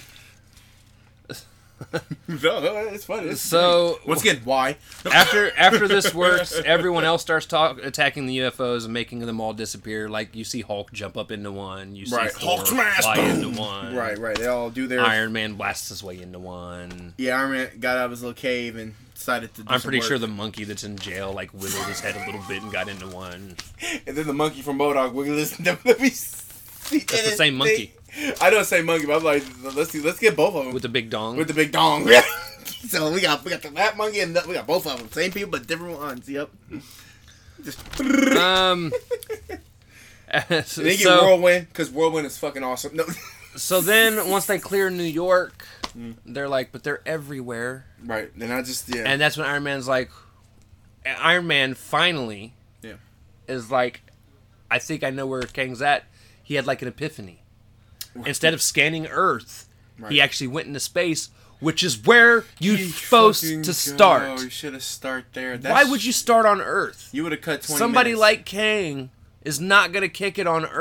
B: No, it's funny. It's
A: So-
B: funny. once again, why?
A: after after
B: [LAUGHS]
A: this works, everyone else starts talk, attacking the UFOs and making them all disappear. Like you see Hulk jump up into one, you see
B: Right,
A: Thor
B: Hulk smash,
A: fly
B: boom.
A: into one,
B: Right, right. They all do their.
A: Iron Man blasts his way into one.
B: Yeah, Iron Man got out of his little cave and decided to. Do
A: I'm
B: some
A: pretty
B: work.
A: sure the monkey that's in jail like wiggled his head a little bit and got into one.
B: [LAUGHS] And then the monkey from Modog wiggled his. [LAUGHS] Let me see. That's
A: the same monkey.
B: I know the same monkey, but I'm like, let's see, let's get both of them
A: With the big dong.
B: with the big dong. [LAUGHS] so we got we got the rat monkey and the, we got both of them, same people but different ones. Yep. Just [LAUGHS]
A: um. [LAUGHS]
B: They get
A: so-
B: whirlwind because whirlwind is fucking awesome. No, [LAUGHS]
A: so then, once they clear New York,
B: Mm.
A: they're like, but they're everywhere.
B: right? Then I just yeah.
A: And that's when Iron Man's like, Iron Man finally
B: Yeah.
A: is like, I think I know where Kang's at. He had like an epiphany. Instead of scanning Earth,
B: Right.
A: he actually went into space, which is where you're supposed
B: Fucking
A: to
B: go.
A: start.
B: You should have start there.
A: Why
B: That's-
A: would you start on Earth?
B: You would have cut twenty.
A: Somebody
B: minutes.
A: like Kang is not gonna kick it on Earth.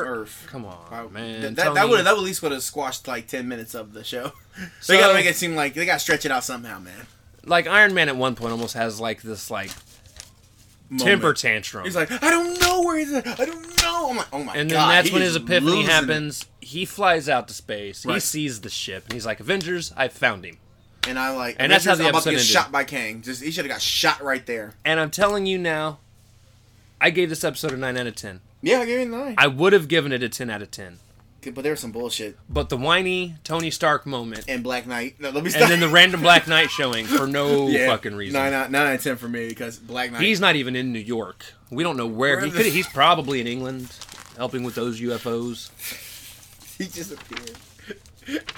B: Earth.
A: Come on, man.
B: Th- that, that
A: Tony.
B: would that would at least would have squashed like ten minutes of the show. [LAUGHS]
A: So-
B: they gotta make it seem like they gotta stretch it out somehow, man.
A: like Iron Man at one point almost has like this like
B: Moment.
A: temper tantrum.
B: He's like, I don't know where he's. At. I don't know. I'm like, oh my god.
A: And then that's
B: he
A: when
B: is
A: his epiphany
B: losing it.
A: happens. He flies out to space. He
B: Right.
A: sees the ship, and he's like, "Avengers, I found him."
B: And I like,
A: And that's how the
B: I'm about to
A: episode
B: get
A: ended.
B: shot by Kang. Just he should have got shot right there.
A: And I'm telling you now, I gave this episode a nine out of ten.
B: Yeah, I gave it a nine.
A: I would have given it a ten out of ten,
B: but there was some bullshit.
A: but the whiny Tony Stark moment,
B: And Black Knight. No, let me stop.
A: and then the random Black Knight showing for no
B: [LAUGHS] Yeah,
A: fucking reason.
B: Nine out, nine out of ten for me because Black Knight.
A: He's not even in New York. We don't know where,
B: Where
A: he
B: the-
A: could. He's probably in England, helping with those UFOs.
B: he just appeared.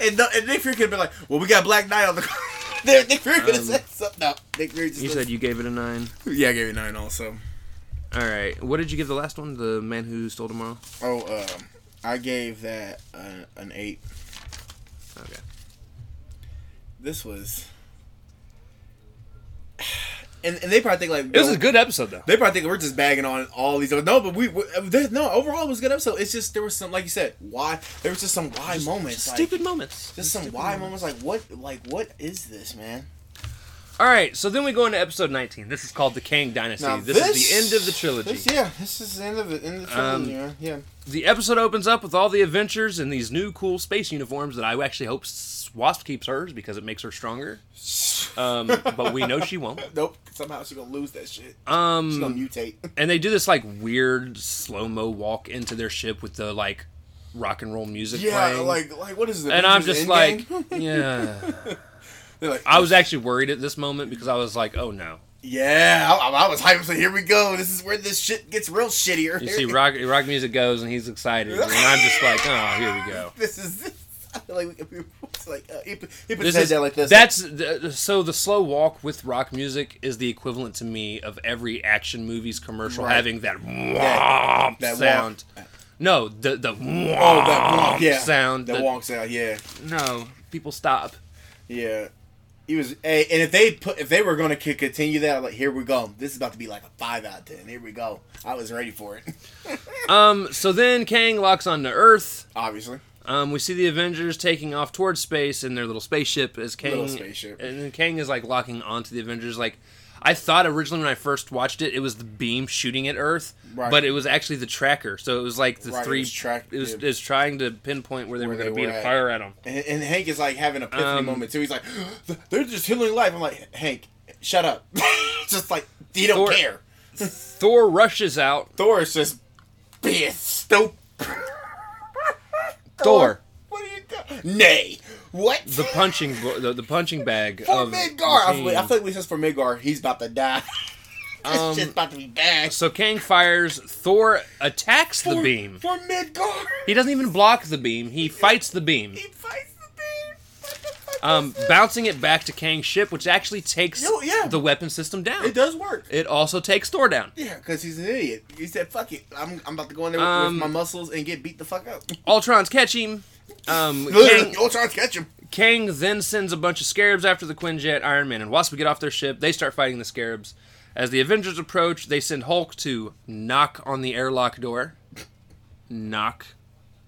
B: And, the, and Nick Fury could have been like, "Well, we got Black Knight on the." [LAUGHS] there, Nick Fury could have
A: Um,
B: said something. No, Nick Fury just.
A: You said you gave it a nine.
B: yeah, I gave it nine also.
A: All right. What did you give the last one? The Man Who Stole Tomorrow.
B: Oh, um, I gave that an, an eight.
A: Okay.
B: This was. [SIGHS] and, and they probably think like
A: It was
B: yo,
A: a good episode though.
B: They probably think we're just bagging on all these. other No, but we, we there- no. Overall, it was a good episode. It's just there was some, like you said, why there was just some why moments, like,
A: Stupid moments.
B: just some why moments. Like what, like what is this, man?
A: All right, so then we go into episode 19. This is called the Kang Dynasty.
B: Now,
A: this, is the end of the trilogy.
B: this- yeah, this is the end of it. End of the
A: Um,
B: trilogy, man. yeah.
A: The episode opens up with all the adventures in these new cool space uniforms that I actually hope S- Wasp keeps hers because it makes her stronger. Um, but we know she
B: [LAUGHS]
A: won't.
B: Nope. Somehow she gonna lose that shit.
A: Um,
B: She gonna mutate.
A: and they do this like weird slow mo walk into their ship with the like rock and roll music
B: Yeah,
A: playing.
B: like like what is this?
A: and I'm
B: Avengers
A: just like,
B: Endgame? [LAUGHS]
A: yeah.
B: They're like,
A: I was actually worried at this moment because I was like, oh no.
B: yeah, I, I was hyped. So here we go. This is where this shit gets real shittier.
A: You
B: [LAUGHS]
A: see, rock rock music goes and he's excited, and I'm just like, oh, here we go.
B: this is this. I feel like we could be it's like uh, he, put- he put his
A: This
B: head
A: is,
B: down like this.
A: That's the, so the slow walk with rock music is the equivalent to me of every action movie's commercial
B: Right.
A: having that womp
B: that womp.
A: sound. No, the the womp,
B: oh that wonk, yeah
A: sound.
B: that
A: that-
B: wonk sound yeah
A: No, people stop.
B: yeah. He was hey, and if they put if they were going to continue that I'm like here we go this is about to be like a five out of ten here we go I was ready for it [LAUGHS]
A: Um, so then Kang locks onto Earth.
B: obviously
A: Um, we see the Avengers taking off towards space in their little spaceship as Kang
B: Little spaceship.
A: and then Kang is like locking onto the Avengers. Like I thought originally when I first watched it, it was the beam shooting at Earth,
B: Right.
A: but it was actually the tracker. So it was like the
B: Right, it
A: three.
B: was track-
A: it was,
B: yeah.
A: it was trying to pinpoint where they
B: Where
A: were going
B: they
A: to be
B: were
A: to
B: at.
A: fire at them.
B: and, and Hank is like having a epiphany
A: Um,
B: moment too he's like [GASPS] they're just healing life I'm like Hank shut up [LAUGHS] just like he don't
A: Thor-
B: care
A: Thor rushes out.
B: Thor is just being stupid
A: Thor,
B: what are you doing nay what
A: the punching bo- the, the punching bag
B: For
A: of
B: Midgar,
A: the
B: I
A: team.
B: feel, I feel like we just for Midgar, he's about to die. [LAUGHS] this
A: Um,
B: shit's about to be bad.
A: so Kang fires. Thor attacks the
B: For-
A: beam.
B: for Midgar.
A: He doesn't even block the beam. He fights the beam.
B: He fights the beam. What the fuck is
A: um,
B: this?
A: bouncing it back to Kang's ship, which actually takes
B: Yo, yeah.
A: the weapon system down.
B: it does work.
A: It also takes Thor down.
B: Yeah, because he's an idiot. He said, "Fuck it, I'm, I'm about to go in there with,
A: Um,
B: with my muscles and get beat the
A: [LAUGHS]
B: fuck up."
A: Ultron's catch him.
B: [LAUGHS]
A: Um,
B: Literally,
A: Kang,
B: I'll try to catch him.
A: Kang then sends a bunch of scarabs after the Quinjet, Iron Man, and Wasp get off their ship. They start fighting the scarabs. As the Avengers approach, they send Hulk to knock on the airlock door. Knock.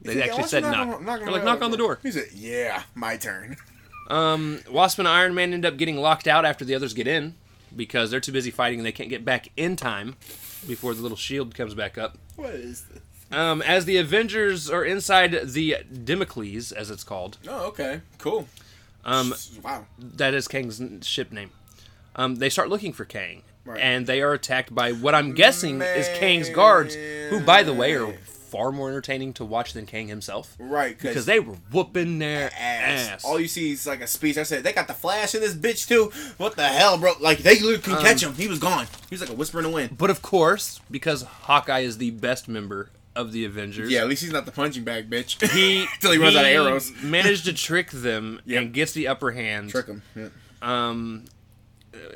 A: They
B: Yeah,
A: actually
B: why
A: said
B: don't you
A: knock.
B: on- knock
A: They're like, knock on the
B: [LAUGHS]
A: door.
B: He said, "Yeah, my turn." [LAUGHS]
A: Um, Wasp and Iron Man end up getting locked out after the others get in because they're too busy fighting and they can't get back in time before the little shield comes back up.
B: What is this?
A: Um, as the Avengers are inside the Democles, as it's called,
B: Oh, okay, cool.
A: um,
B: wow.
A: that is Kang's n- ship name. Um, they start looking for Kang,
B: Right.
A: and they are attacked by what I'm guessing is Kang's guards, who, by the way, are
B: Man.
A: far more entertaining to watch than Kang himself
B: Right,
A: because they were whooping their
B: ass.
A: ass.
B: All you see is like a speech. I said they got the flash in this bitch too. What the hell, bro? Like they literally couldn't catch
A: Um,
B: him. He was gone. He was like a whisper in the wind.
A: But of course, because Hawkeye is the best member of the Avengers,
B: Yeah, at least he's not the punching bag, bitch.
A: he
B: Till he runs out of arrows.
A: managed
B: [LAUGHS]
A: to trick them
B: Yep.
A: and gets the upper hand.
B: [LAUGHS] Trick him. Yeah.
A: Um,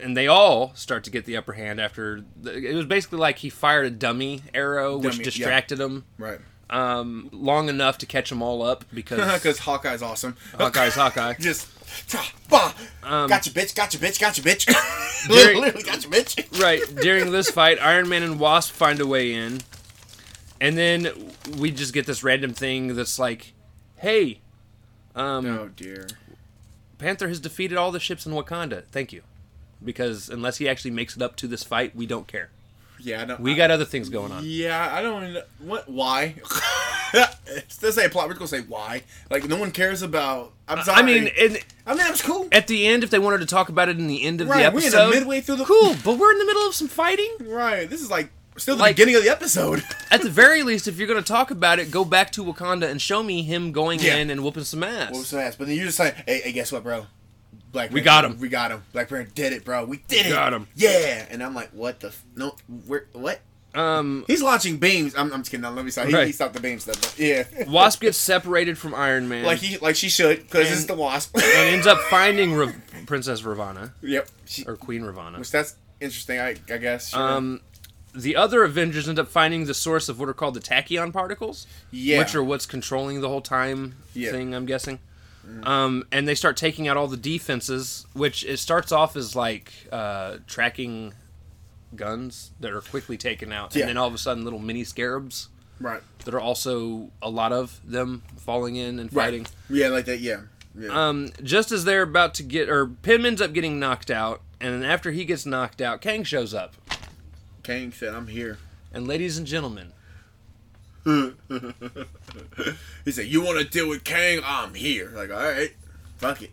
A: and they all start to get the upper hand after the, it was basically like he fired a dummy arrow, which
B: Dummy, yeah.
A: distracted them
B: Right.
A: um, long enough to catch them all up
B: [LAUGHS]
A: because
B: Because Hawkeye's awesome.
A: Hawkeye's Hawkeye.
B: [LAUGHS] Just. tra- Bah.
A: Um,
B: gotcha, bitch. Gotcha, bitch. Gotcha, bitch.
A: During-
B: [LAUGHS] literally, gotcha, bitch.
A: Right. During this fight, Iron Man and Wasp find a way in. And then we just get this random thing that's like, hey, um,
B: Oh dear.
A: Panther has defeated all the ships in Wakanda. Thank you. Because unless he actually makes it up to this fight, we don't care.
B: Yeah, I don't.
A: We
B: I-
A: got other things going on.
B: Yeah, I don't. Even, what? Why? [LAUGHS] Let's say a plot. We're gonna say why. Like no one cares about. I'm sorry.
A: I mean, and
B: I mean, it was cool.
A: at the end, if they wanted to talk about it in the end of the
B: Right, we're in
A: episode,
B: the midway through the
A: cool. But we're in the middle of some fighting.
B: Right. This is like still the
A: Like-
B: beginning of the episode.
A: At the very least, if you're going to talk about it, go back to Wakanda and show me him going
B: Yeah.
A: in and whooping some ass.
B: What was so ass? But then you just like, hey, hey, guess what, bro? Black
A: We
B: Panther-
A: got him.
B: We got him. Black Panther did it, bro. We did it.
A: Got him.
B: Yeah. And I'm like, what the? F- no, we're what?
A: um,
B: He's launching beams. I'm, I'm just kidding. No, let me stop. He,
A: Right.
B: he stopped the beam stuff. But yeah. [LAUGHS]
A: Wasp gets separated from Iron Man
B: like he, like she should, because it's
A: And-
B: the
A: [LAUGHS]
B: wasp.
A: and ends up finding Ra- Princess Ravana
B: yep. She,
A: or Queen Ravana.
B: which that's interesting. I, I guess. sure.
A: Um, the other Avengers end up finding the source of what are called the tachyon particles,
B: yeah.
A: which are what's controlling the whole time
B: Yeah. Mm.
A: thing. I'm guessing. Um, and they start taking out all the defenses, which it starts off as like uh, tracking guns that are quickly taken out,
B: Yeah.
A: and then all of a sudden, little mini scarabs
B: Right.
A: that are also a lot of them falling in and
B: Right.
A: fighting.
B: Yeah, like that. Yeah. Yeah.
A: Um, just as they're about to get, or Pim ends up getting knocked out, and then after he gets knocked out, Kang shows up.
B: Kang said, "I'm here."
A: And ladies and gentlemen,
B: He said, "You want to deal with Kang? I'm here." Like, all right, fuck it.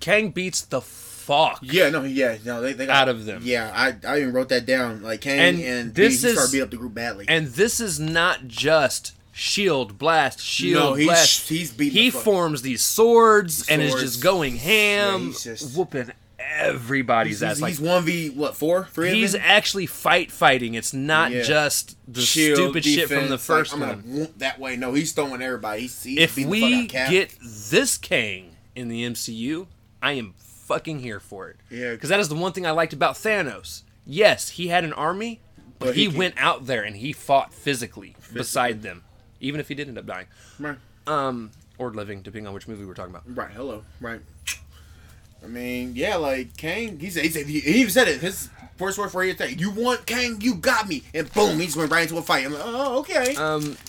A: Kang beats the fuck.
B: Yeah, no, yeah, no, they, they got
A: Out of them.
B: Yeah, I, I even wrote that down. Like Kang
A: And
B: and,
A: this
B: this he, he started
A: is-
B: beat up the group badly.
A: And this is not just shield blast, shield
B: No, he's-
A: blast.
B: he's beating
A: He
B: the fuck-
A: forms these swords, and is
B: Swords.
A: just going ham,
B: Yeah, he's just-
A: whooping everybody's
B: he's,
A: ass. Like
B: he's one v what four, three. of
A: he's
B: them?
A: actually fight fighting. It's not
B: Yeah.
A: just the
B: Shield,
A: stupid shit from the
B: defense,
A: first
B: like, I'm
A: one.
B: gonna whoop that way, no, he's throwing everybody. He's, he's
A: if
B: beating
A: we
B: the fuck out of Cap.
A: get this Kang in the MCU, I am fucking here for it.
B: Yeah.
A: Because that is the one thing I liked about Thanos. Yes, he had an army, but,
B: But
A: he,
B: he can-
A: went out there and he fought physically, beside them, even if he did end up dying
B: right,
A: um, or living, depending on which movie we're talking about.
B: right, hello, right. I mean, yeah, like Kang, he said, he, said, he even said it. His first word for his thing, you want Kang, you got me, and boom, he just went right into a fight. I'm like, oh,
A: Um,
B: okay. I don't think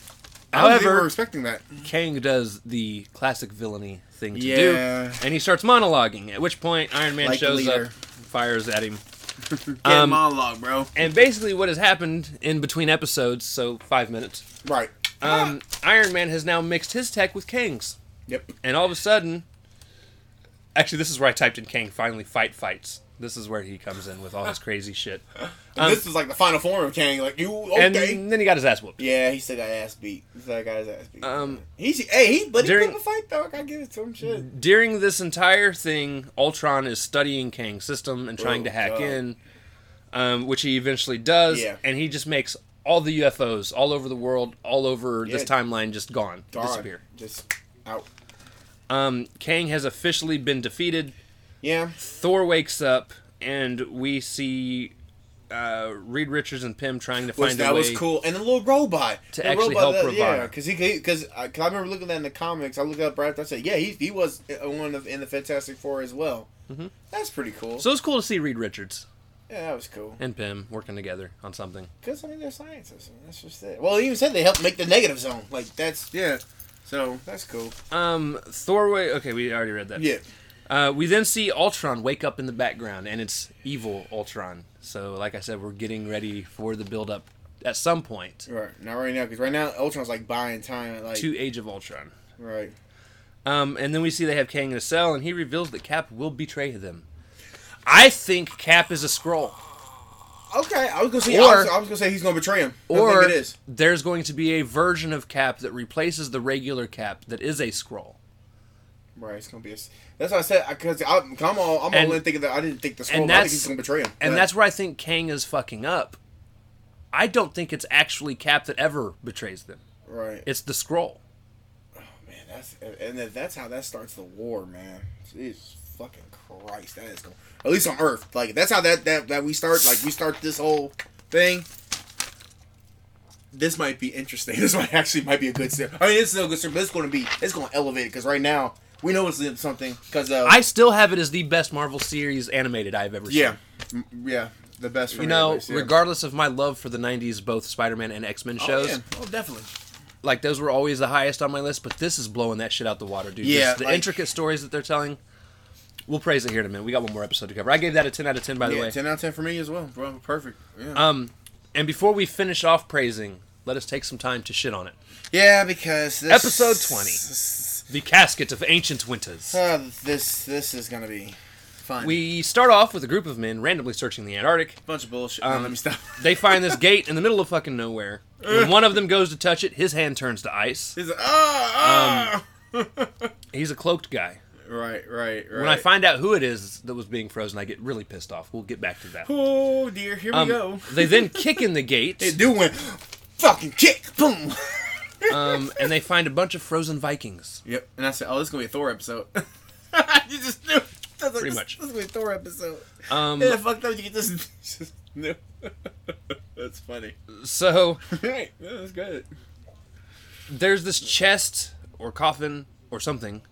B: we're
A: however,
B: respecting that.
A: Kang does the classic villainy thing to
B: Yeah.
A: do, and he starts monologuing. At which point, Iron Man
B: Like the
A: shows up,
B: leader.
A: fires at him,
B: Yeah,
A: Um,
B: monologue, bro.
A: and basically, what has happened in between episodes, so five minutes.
B: Right.
A: Um, Iron Man has now mixed his tech with Kang's,
B: Yep.
A: and all of a sudden, actually, this is where I typed in Kang finally fight fights. This is where he comes in with all his crazy shit, Um,
B: this is like the final form of Kang. Like you,
A: and
B: okay?
A: then he got his ass whooped.
B: yeah, he still got ass beat. He still got his ass beat.
A: Um,
B: he's hey, he but he
A: during- Mm,
B: put up a fight though. I gotta give it to him. Shit.
A: During this entire thing, Ultron is studying Kang's system and trying
B: Oh,
A: to hack
B: God.
A: in, um, which he eventually does,
B: Yeah.
A: and he just makes all the UFOs all over the world, all over this
B: Yeah.
A: timeline, just gone,
B: Gone.
A: disappear.
B: Just out.
A: Um, Kang has officially been defeated.
B: Yeah.
A: Thor wakes up, and we see uh, Reed Richards and Pym trying to
B: Which
A: find a
B: that
A: way.
B: was cool, and the little robot
A: to
B: The
A: actually
B: robot
A: help
B: that- Yeah,
A: Ravonna.
B: because he because I, 'cause I remember looking at that in the comics. I looked it up right after I said, yeah, he he was in one of in the Fantastic Four as well. That's pretty cool.
A: Mm-hmm. So it was cool to see Reed Richards
B: yeah, that was cool.
A: and Pym working together on something.
B: Because I mean, they're scientists. and That's just it. Well, he even said they helped make the negative zone. Like that's yeah. So that's cool.
A: Um, Thor. wa- Okay, we already read that.
B: Yeah.
A: Uh, we then see Ultron wake up in the background, and it's evil Ultron. So, like I said, we're getting ready for the build up at some point
B: Right. Not right now, because right now Ultron's like buying time. At, like
A: to Age of Ultron.
B: right.
A: Um, and then we see they have Kang in a cell, and he reveals that Cap will betray them. I think Cap is a scroll,
B: Okay. I was gonna say.
A: Or-
B: I, was, I was gonna say he's gonna betray him. I
A: or
B: think it is.
A: there's going to be a version of Cap that replaces the regular Cap that is a scroll.
B: Right. It's gonna be. A, s- that's what I said. Because I'm, 'cause I'm all. I'm
A: And-
B: all in thinking that I didn't think the scroll.
A: and
B: but I think
A: that's-
B: he's gonna betray him.
A: And
B: But-
A: that's where I think Kang is fucking up. I don't think it's actually Cap that ever betrays them.
B: right.
A: It's the scroll.
B: man, that's and then that's how that starts the war, man. Jesus fucking Christ, that is going. At least on Earth, like that's how that that that we start. Like we start this whole thing. This might be interesting. [LAUGHS] This might actually might be a good step. I mean, it's no good step, but it's going to be. It's going to elevate it because right now we know it's something. Because uh,
A: I still have it as the best Marvel series animated I've ever seen.
B: yeah, M- yeah, the best. For
A: You
B: me,
A: know,
B: at least, yeah.
A: regardless of my love for the 90s, both Spider Man and X Men
B: Oh,
A: shows,
B: yeah. oh definitely.
A: like those were always the highest on my list, but this is blowing that shit out the water, dude.
B: Yeah,
A: This- the
B: like-
A: intricate stories that they're telling. We'll praise it here in a minute. We got one more episode to cover. I gave that a 10 out of 10, by the
B: yeah,
A: way.
B: ten out of ten for me as well, bro. Perfect. Yeah.
A: Um, and before we finish off praising, let us take some time to shit on it.
B: yeah, because this,
A: Episode 20. The Casket of Ancient Winters.
B: Uh, this this is gonna be fun.
A: We start off with a group of men randomly searching the Antarctic.
B: bunch of bullshit.
A: Um,
B: no, let me stop. [LAUGHS]
A: They find this gate in the middle of fucking nowhere. When one of them goes to touch it, his hand turns to ice.
B: He's like,
A: um,
B: ah,
A: He's a cloaked guy.
B: right, right, right.
A: When I find out who it is that was being frozen, I get really pissed off. We'll get back to that.
B: oh dear, here
A: Um,
B: we go.
A: they then kick in the gate,
B: They do win. Fucking kick, boom. [LAUGHS]
A: um, and they find a bunch of frozen Vikings.
B: Yep. And I said, oh, this is gonna be a Thor episode. [LAUGHS] you just knew. I was like,
A: Pretty
B: this,
A: much.
B: This is gonna be a Thor episode.
A: Um,
B: yeah, fucked up. You get this. just [LAUGHS] knew. That's funny. [LAUGHS]
A: so
B: Right. Yeah, that's good.
A: there's this chest or coffin or something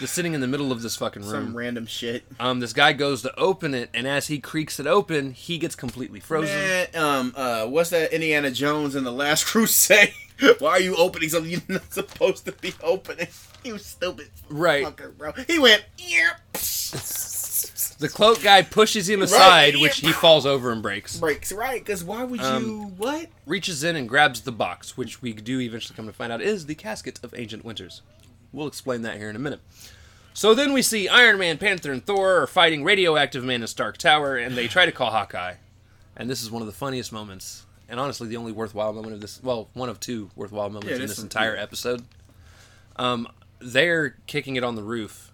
A: Just sitting in the middle of this fucking
B: Some
A: room.
B: random shit.
A: Um, this guy goes to open it, and as he creaks it open, he gets completely frozen.
B: Man, um, uh, what's that Indiana Jones in the Last [LAUGHS] Crusade? Why are you opening something you're not supposed to be opening? [LAUGHS] You stupid
A: Right.
B: fucker, bro. He went, yeah,
A: The cloak guy pushes him aside,
B: Right.
A: which he falls over and breaks.
B: breaks right. Because why would you
A: Um,
B: what?
A: Reaches in and grabs the box, which we do eventually come to find out is the casket of Ancient Winters. We'll explain that here in a minute. So then we see Iron Man, Panther, and Thor are fighting Radioactive Man in Stark Tower, and they try to call Hawkeye. And this is one of the funniest moments, and honestly, the only worthwhile moment of this. Well, one of two worthwhile moments
B: Yeah,
A: in
B: this
A: this
B: is-
A: entire episode. Um, they're kicking it on the roof,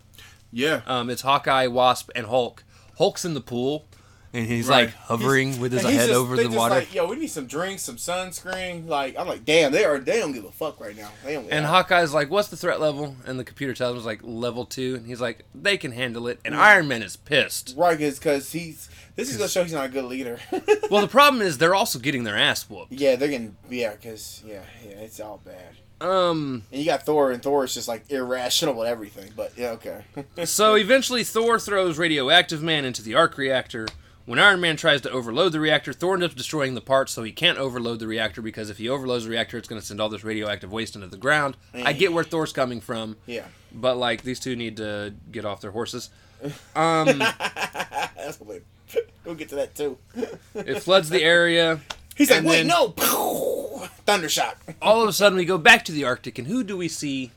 B: Yeah,
A: Um, it's Hawkeye, Wasp, and Hulk. Hulk's in the pool, and he's
B: Right.
A: like hovering with his
B: And he's
A: head
B: just-
A: over
B: they
A: the
B: just
A: water.
B: Like, Yo, we need some drinks, some sunscreen. Like I'm like, damn, they are. They don't give a fuck right now. They don't.
A: and Hawkeye's like, "What's the threat level?" And the computer tells him it's like level two, and he's like, "They can handle it." And Iron Man is pissed.
B: right because he's. This is gonna show he's not a good leader. [LAUGHS]
A: well, the problem is they're also getting their ass whooped.
B: yeah, they're getting. Yeah, because yeah, yeah, it's all bad.
A: Um,
B: And you got Thor, and Thor is just like irrational and everything. But yeah, okay.
A: so eventually Thor throws Radioactive Man into the arc reactor. When Iron Man tries to overload the reactor, Thor ends up destroying the parts, so he can't overload the reactor because if he overloads the reactor, it's going to send all this radioactive waste into the ground. I get where Thor's coming from.
B: yeah,
A: But like these two need to get off their horses.
B: that's what we- [LAUGHS] We'll get to that too.
A: It floods the area.
B: He's
A: And
B: like, wait,
A: then-
B: [LAUGHS] no, Pow! thunder shock.
A: All of a sudden, we go back to the Arctic, and who do we see?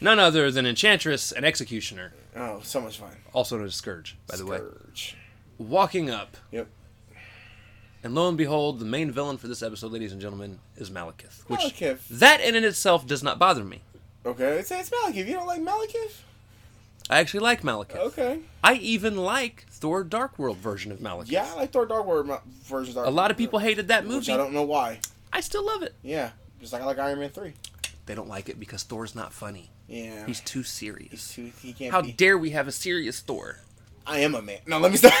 A: None other than Enchantress and Executioner,
B: Oh, so much fun.
A: also known as Scourge, by the way,
B: Scourge.
A: walking up.
B: Yep.
A: And lo and behold, the main villain for this episode, ladies and gentlemen, is Malekith. Which
B: Malekith.
A: that in and itself does not bother me.
B: Okay, it's, it's Malekith. You don't like Malekith?
A: I actually like Malekith.
B: Okay.
A: I even like Thor Dark World version of Malekith.
B: Yeah, I like Thor Dark World mo- version. of Dark
A: A lot of
B: World,
A: people hated that
B: Which
A: movie.
B: I don't know why.
A: I still love it.
B: Yeah, just like I like Iron Man three.
A: They don't like it because Thor's not funny.
B: Yeah.
A: He's too serious.
B: He's too- he can't
A: How
B: be.
A: dare we have a serious Thor?
B: I am a man. No, let
A: [LAUGHS]
B: me stop.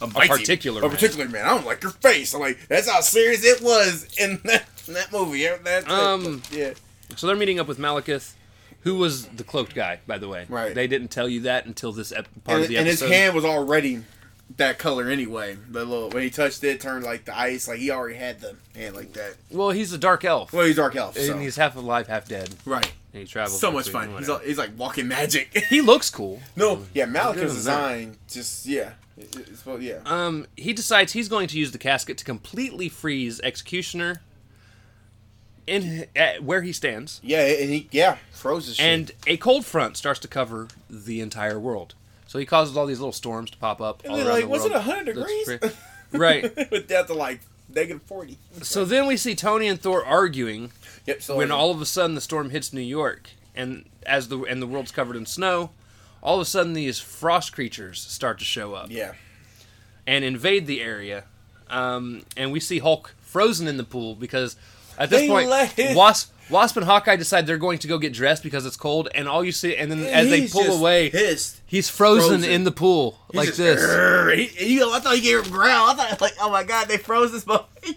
B: a, [LAUGHS] mighty-
A: particular
B: a
A: man.
B: particular man. I don't like your face. I'm like, that's how serious it was in that, in that movie. Yeah, That,
A: Um,
B: yeah,
A: So they're meeting up with Malekith, who was the cloaked guy, by the way.
B: Right.
A: They didn't tell you that until this ep- part
B: and,
A: of the
B: and his
A: episode.
B: hand was already that color anyway. The little when he touched it, turned like the ice. Like he already had the hand like that.
A: well, he's a dark elf,
B: Well, he's dark elf.
A: and
B: So.
A: he's half alive, half dead,
B: right.
A: and he travels.
B: So much
A: between
B: fun. He's,
A: whatever. Mm.
B: all- he's like walking magic. [LAUGHS]
A: he looks cool.
B: no, yeah, Malekith's
A: Malekith's
B: design just yeah. It- it's- well, yeah.
A: Um, he decides he's going to use the casket to completely freeze Executioner in at where he stands,
B: Yeah, and he yeah froze his shit.
A: and a cold front starts to cover the entire world. So he causes all these little storms to pop up. all
B: they're
A: around
B: like,
A: the
B: "Was it
A: world."
B: 100
A: That's
B: degrees?"
A: pre-
B: [LAUGHS]
A: right.
B: [LAUGHS] with down to like negative forty.
A: So then we see Tony and Thor arguing
B: Yep. So
A: when all of a sudden the storm hits New York and as the and the world's covered in snow, all of a sudden these frost creatures start to show up
B: yeah,
A: and invade the area. Um, and we see Hulk frozen in the pool because at this
B: They
A: point
B: let him-
A: Wasp Wasp and Hawkeye decide they're going to go get dressed because it's cold and all you see and then as they
B: He's
A: pull
B: just
A: away
B: pissed.
A: he's frozen,
B: Frozen.
A: in the pool
B: He's
A: like
B: just,
A: this.
B: "Grrr." He- you know, I thought he gave him growl. I thought like, oh my god, they froze this boy. [LAUGHS]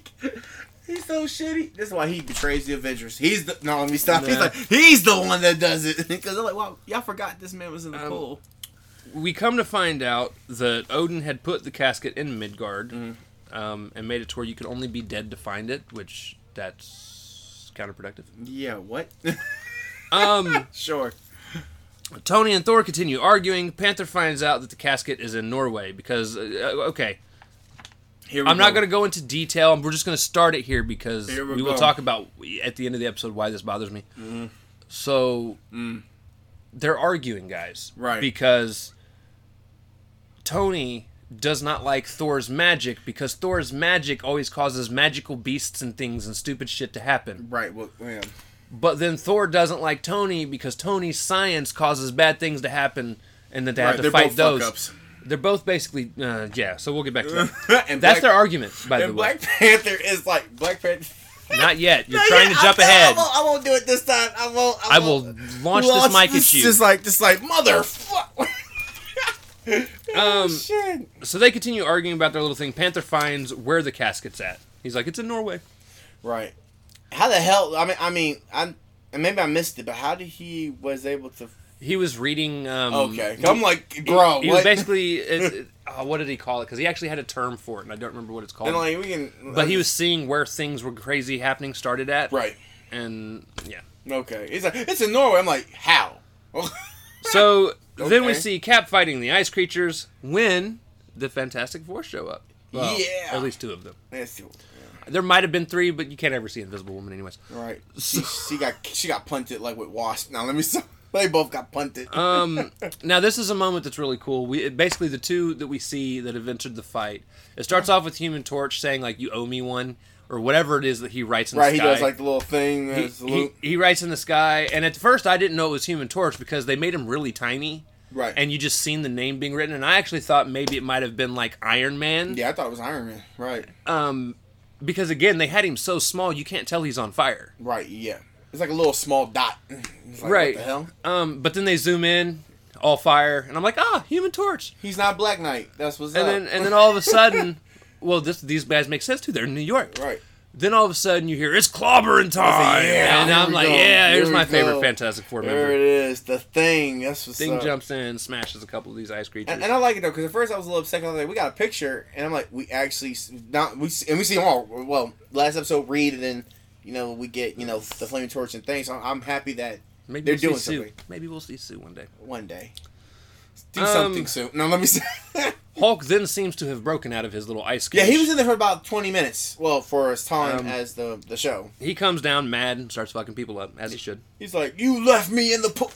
B: He's so shitty. This is why he betrays the Avengers. He's the no. Let me stop. He's
A: Nah.
B: like he's the one that does it [LAUGHS] because they're like, wow, y'all forgot this man was in the
A: Um,
B: pool.
A: we come to find out that Odin had put the casket in Midgard um, and made it to where you could only be dead to find it, which that's counterproductive.
B: Yeah. What? [LAUGHS]
A: Um,
B: sure.
A: Tony and Thor continue arguing. Panther finds out that the casket is in Norway because, uh, okay,
B: Here we
A: I'm not going to go into detail. We're just going to start it here because
B: Here we
A: we will
B: go. Mm-hmm.
A: talk about at the end of the episode why this bothers me. So they're arguing, guys,
B: Mm. Right.
A: Because Tony does not like Thor's magic because Thor's magic always causes magical beasts and things and stupid shit to happen.
B: Right. Well, man.
A: But then Thor doesn't like Tony because Tony's science causes bad things to happen, and then they
B: Right,
A: have to
B: they're
A: fight
B: both
A: those.
B: fuck-ups.
A: They're both basically, uh, yeah. So we'll get back to that.
B: [LAUGHS] and
A: That's
B: Black-
A: their argument, by the
B: and
A: way.
B: Black Panther is like Black Panther.
A: Not yet. You're
B: No,
A: trying
B: [LAUGHS] yeah,
A: to jump
B: I'm-
A: ahead.
B: I won't, I won't do it this time. I won't. I,
A: I will
B: won't.
A: launch
B: Launch
A: this mic at you.
B: Just like, just like, motherfucker.
A: Um,
B: [LAUGHS] shit.
A: So they continue arguing about their little thing. Panther finds where the casket's at. He's like, it's in Norway.
B: Right. How the hell? I mean, I mean, I and maybe I missed it, but how did he was able to
A: He was reading. Um,
B: Okay, I'm like, bro,
A: He was
B: what?
A: basically. it- it- oh, what did he call it? Because he actually had a term for it, and I don't remember what it's called.
B: [LAUGHS] and like we can, uh,
A: but he was seeing where things were crazy happening started at.
B: right.
A: And yeah.
B: Okay, he's like, it's in Norway. I'm like, how? [LAUGHS]
A: So then we
B: Okay.
A: see Cap fighting the ice creatures when the Fantastic Four show up.
B: Yeah.
A: At least two of them.
B: That's cool.
A: There might have been three, but you can't ever see Invisible Woman, anyways.
B: Right. She, she got she got punted like with Wasp. Now let me. s- [LAUGHS] They both got punted.
A: Um, now this is a moment that's really cool. We it- basically the two that we see that have entered the fight. It starts off with Human Torch saying like "You owe me one" or whatever it is that he writes in
B: right.
A: the
B: He
A: sky.
B: does like the little thing.
A: He-
B: that's the
A: he,
B: loop.
A: he writes in the sky, and at first I didn't know it was Human Torch because they made him really tiny,
B: right.
A: and you just seen the name being written. And I actually thought maybe it might have been like Iron Man,
B: yeah, I thought it was Iron Man. Right.
A: um, because again they had him so small you can't tell he's on fire.
B: Right. Yeah. It's like a little small dot. [LAUGHS] It's like,
A: Right.
B: What the hell?
A: Um, but then they zoom in, all fire, and I'm like, ah, Human Torch.
B: He's not Black Knight. That's what's
A: and
B: up.
A: then and then all of a sudden, well, this these guys make sense too. They're in New York.
B: right.
A: Then all of a sudden you hear it's clobbering time,
B: yeah,
A: and
B: here
A: I'm
B: we
A: like,
B: go,
A: yeah,
B: here
A: here's
B: we
A: my
B: go.
A: favorite Fantastic Four
B: There
A: member.
B: it is. The thing. That's what's
A: Thing
B: up.
A: jumps in, smashes a couple of these ice creatures.
B: And, and I like it though, because at first I was a little upset. 'cause I was like, "We got a picture," and I'm like, "We actually s- not we s- and we see them all." Well, last episode, Reed, and then you know we get you know the flaming torch and things. So I'm, I'm happy that
A: Maybe
B: they're
A: we'll
B: doing
A: see Sue.
B: something.
A: Maybe we'll see Sue one day.
B: one day do
A: Um,
B: something soon. No, let me see. [LAUGHS]
A: Hulk then seems to have broken out of his little ice cage.
B: yeah, he was in there for about 20 minutes. Well, for as time
A: Um,
B: as the the show,
A: He comes down mad and starts fucking people up as he should.
B: he's like, "You left me in the pool.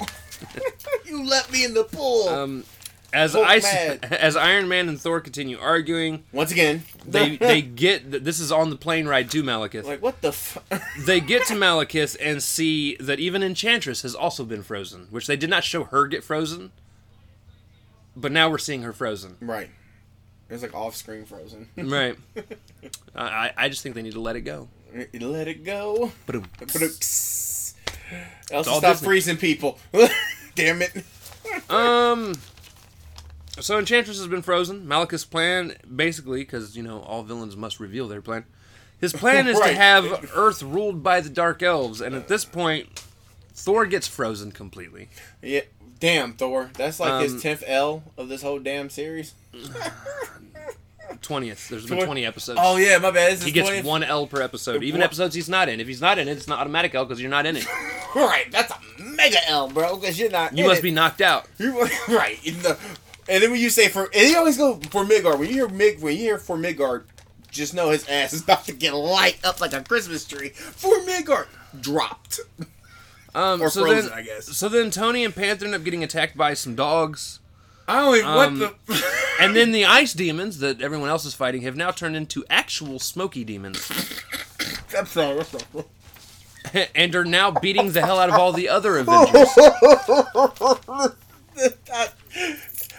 B: [LAUGHS] you left me in the pool."
A: Um, as
B: Hulk
A: ice,
B: mad.
A: [LAUGHS] as Iron Man and Thor continue arguing,
B: Once again, [LAUGHS]
A: they they get that this is on the plane ride to Malekith.
B: like, "What the?" F-? [LAUGHS]
A: they get to Malekith and see that even Enchantress has also been frozen, which they did not show her get frozen. But now we're seeing her frozen.
B: right. It was like off screen frozen.
A: Right. I, I- I just think they need to let it go.
B: Let [LAUGHS] it go.
A: Ba-dum.
B: Elsa,
A: all
B: stop
A: Disney.
B: freezing people. [LAUGHS] Damn it.
A: Um. So Enchantress has been frozen. Malekith's plan, basically, because you know all villains must reveal their plan. His plan is to
B: Right.
A: have Earth ruled by the Dark Elves, and at this point, Thor gets frozen completely.
B: Yeah. Damn, Thor. That's like
A: Um,
B: his 10th L of this whole damn series.
A: Twentieth. There's been twenty episodes.
B: Oh, yeah, my bad. This is
A: He gets
B: 20th.
A: one L per episode, even
B: Wha-
A: episodes he's not in. If he's not in it, it's not automatic L because you're not [LAUGHS] in it.
B: Right, that's a mega L, bro, because you're not.
A: You
B: in
A: must
B: it.
A: be knocked out.
B: [LAUGHS] You, right. in the- and then when you say for. And you always go for Midgard. When you hear Mig, when you hear for Midgard, just know his ass is about to get light up like a Christmas tree. For Midgard. Dropped.
A: Um,
B: Or
A: so
B: frozen,
A: then,
B: I guess.
A: So then Tony and Panther end up getting attacked by some dogs,
B: I don't even.
A: Um,
B: what the.
A: and then the ice demons that everyone else is fighting have now turned into actual smoky demons,
B: [LAUGHS]
A: [LAUGHS]
B: I'm sorry. I'm sorry. [LAUGHS]
A: and are now beating the hell out of all the
B: [LAUGHS] Oh
A: other Avengers.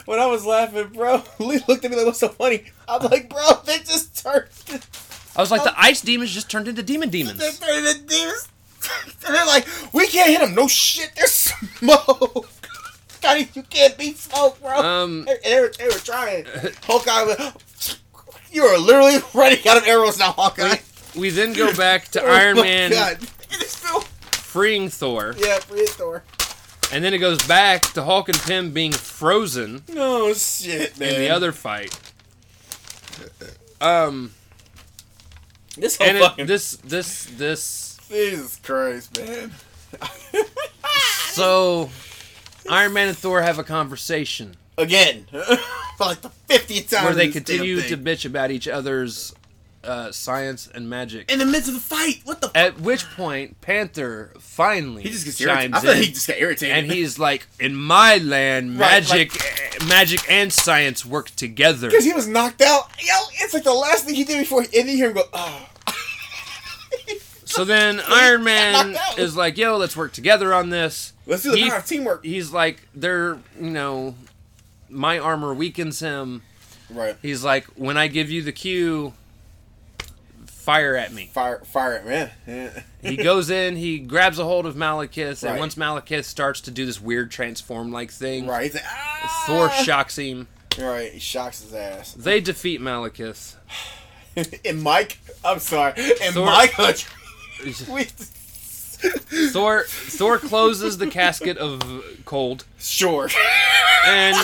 B: when I was laughing, bro, [LAUGHS] Lee looked at me like, "What's so funny?" I'm like, "Bro, they just turned,
A: I was like, the ice demons just turned into demon
B: they
A: demons.
B: turned into demons." [LAUGHS] And they're like, "We can't hit them. No shit. There's smoke. [LAUGHS] Scotty, you can't beat smoke, bro."
A: Um,
B: they, they were, they were trying. Hawkeye, was- [LAUGHS] you are literally [LAUGHS] running out of arrows now, Hawkeye.
A: We then go back to
B: [LAUGHS] Oh
A: Iron
B: my
A: Man
B: God. It is still,
A: freeing Thor,
B: yeah, free Thor.
A: and then it goes back to Hulk and Pym being frozen.
B: No shit, man.
A: in the other fight. Um,
B: this whole
A: and
B: fucking
A: it, this, this, this.
B: Jesus Christ, man.
A: So, Iron Man and Thor have a conversation
B: Again. [LAUGHS] For like the 50th time.
A: where they
B: in this damn
A: continue
B: thing.
A: to bitch about each other's uh, science and magic.
B: In the midst of the fight. What the f-
A: At which point, Panther finally
B: He just gets irritated. I
A: chimes
B: thought
A: in,
B: he just got irritated.
A: and he's like, "In my land,
B: Right,
A: magic, eh, magic and science work together."
B: Because he was knocked out. Yo, it's like the last thing he did before he ended here and go, oh.
A: So then Iron Man
B: knocked out.
A: is like, "Yo, let's work together on this."
B: Let's do the
A: He-
B: power of teamwork.
A: he's like they're you know my armor weakens him
B: right.
A: he's like when i give you the cue fire at me
B: Fire, fire it, man. Yeah. [LAUGHS]
A: he goes in he grabs a hold of malekith and
B: Right.
A: once malekith starts to do this weird transform like thing
B: Right. He's like, ah!
A: thor shocks him
B: Right. He shocks his ass. [LAUGHS]
A: they defeat malekith
B: and Mike, I'm sorry. In [LAUGHS]
A: Thor-
B: my country, we,
A: Thor Thor closes the casket of cold
B: Sure.
A: and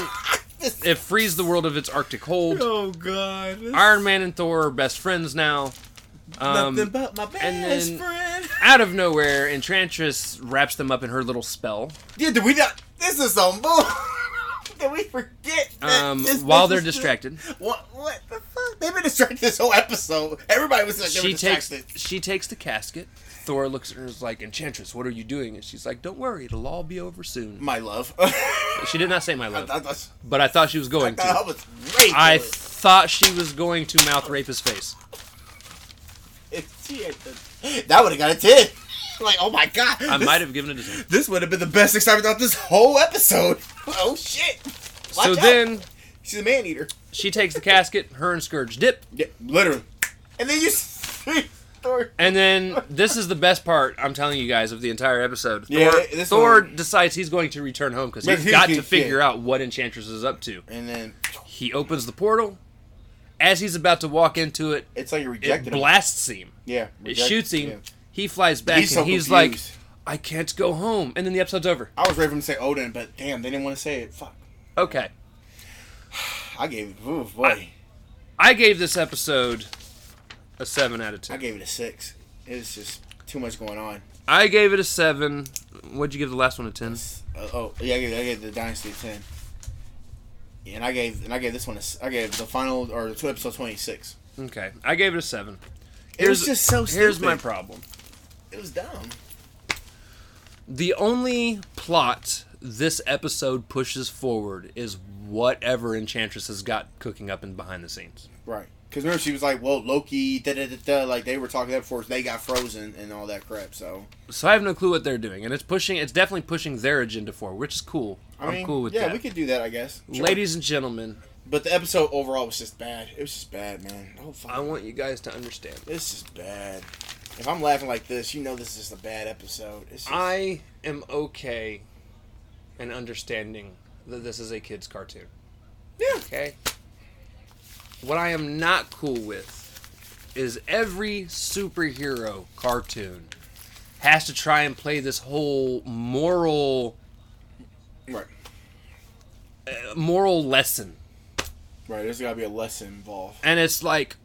A: it frees the world of its Arctic hold.
B: [LAUGHS] oh God. This-
A: Iron Man and Thor are best friends now. Um,
B: Nothing but my best
A: and then-
B: friend.
A: out of nowhere, Enchantress wraps them up in her little spell.
B: Yeah, did we not? This is on bull. [LAUGHS] did we forget? That
A: Um,
B: this
A: while
B: bitch
A: they're
B: Eh, is just-
A: distracted,
B: What? What the fuck? They've been distracted this whole episode. Everybody was like, they
A: she
B: were
A: takes
B: distracted.
A: she takes the casket. Thor looks at her and is like, "Enchantress, what are you doing?" And she's like, "Don't worry, it'll all be over soon."
B: my love. [LAUGHS] I,
A: She did not say my love,
B: I, was-
A: but I thought she was going to.
B: I was raped.
A: I thought she was going to mouth rape his face.
B: that would have got a ten. [LAUGHS] Like, oh my god,
A: I
B: this,
A: might have given it a 10.
B: This would have been the best excitement of this whole episode. [LAUGHS] oh shit! Watch
A: So
B: out.
A: then
B: she's a man eater.
A: she takes the casket, her and Scourge dip.
B: Yeah, literally. And then you see [LAUGHS] Thor.
A: And then this is the best part, I'm telling you guys, of the entire episode.
B: Yeah,
A: Thor,
B: this
A: Thor
B: one-
A: decides he's going to return home because
B: But
A: he's
B: he's
A: got to
B: good,
A: figure
B: yeah.
A: out what Enchantress is up to.
B: And then
A: He opens the portal. As he's about to walk into it,
B: it's like you
A: it
B: rejected him.
A: blasts him.
B: Yeah,
A: It
B: reject-
A: shoots him.
B: yeah.
A: He flies back
B: He's so
A: and he's like,
B: confused.
A: I can't go home. And then the episode's over.
B: I was ready for him to say Odin, but damn, they didn't want to say it. Fuck.
A: Okay.
B: I gave oh boy, I,
A: I gave this episode a 7 out of 10.
B: gave it a six. It's just too much going on.
A: I gave it a seven. What'd you give the last one a ten?
B: Uh, oh yeah, I gave, I gave the Dynasty a ten, and I gave and I gave this one a s I gave the final or the two episode twenty six.
A: Okay, I gave it a seven.
B: It was just so
A: Here's
B: stupid.
A: my problem.
B: It was dumb.
A: The only plot this episode pushes forward is whatever Enchantress has got cooking up in behind the scenes.
B: Right. Because remember, she was like, well, Loki, da da da da. Like, they were talking that before they got frozen and all that crap. So,
A: So I have no clue what they're doing, and it's pushing. It's definitely pushing their agenda forward, which is cool.
B: I
A: am
B: mean,
A: cool with
B: yeah,
A: that.
B: we could do that, I guess. Sure.
A: Ladies and gentlemen,
B: But the episode overall was just bad. It was just bad, man. Oh, fuck.
A: I want you guys to understand.
B: This is bad. If I'm laughing like this, you know this is just a bad episode. It's just,
A: I am okay in understanding that this is a kids' cartoon.
B: yeah.
A: Okay. What I am not cool with is every superhero cartoon has to try and play this whole moral
B: Right.
A: moral lesson.
B: Right. There's got to be a lesson involved.
A: And it's like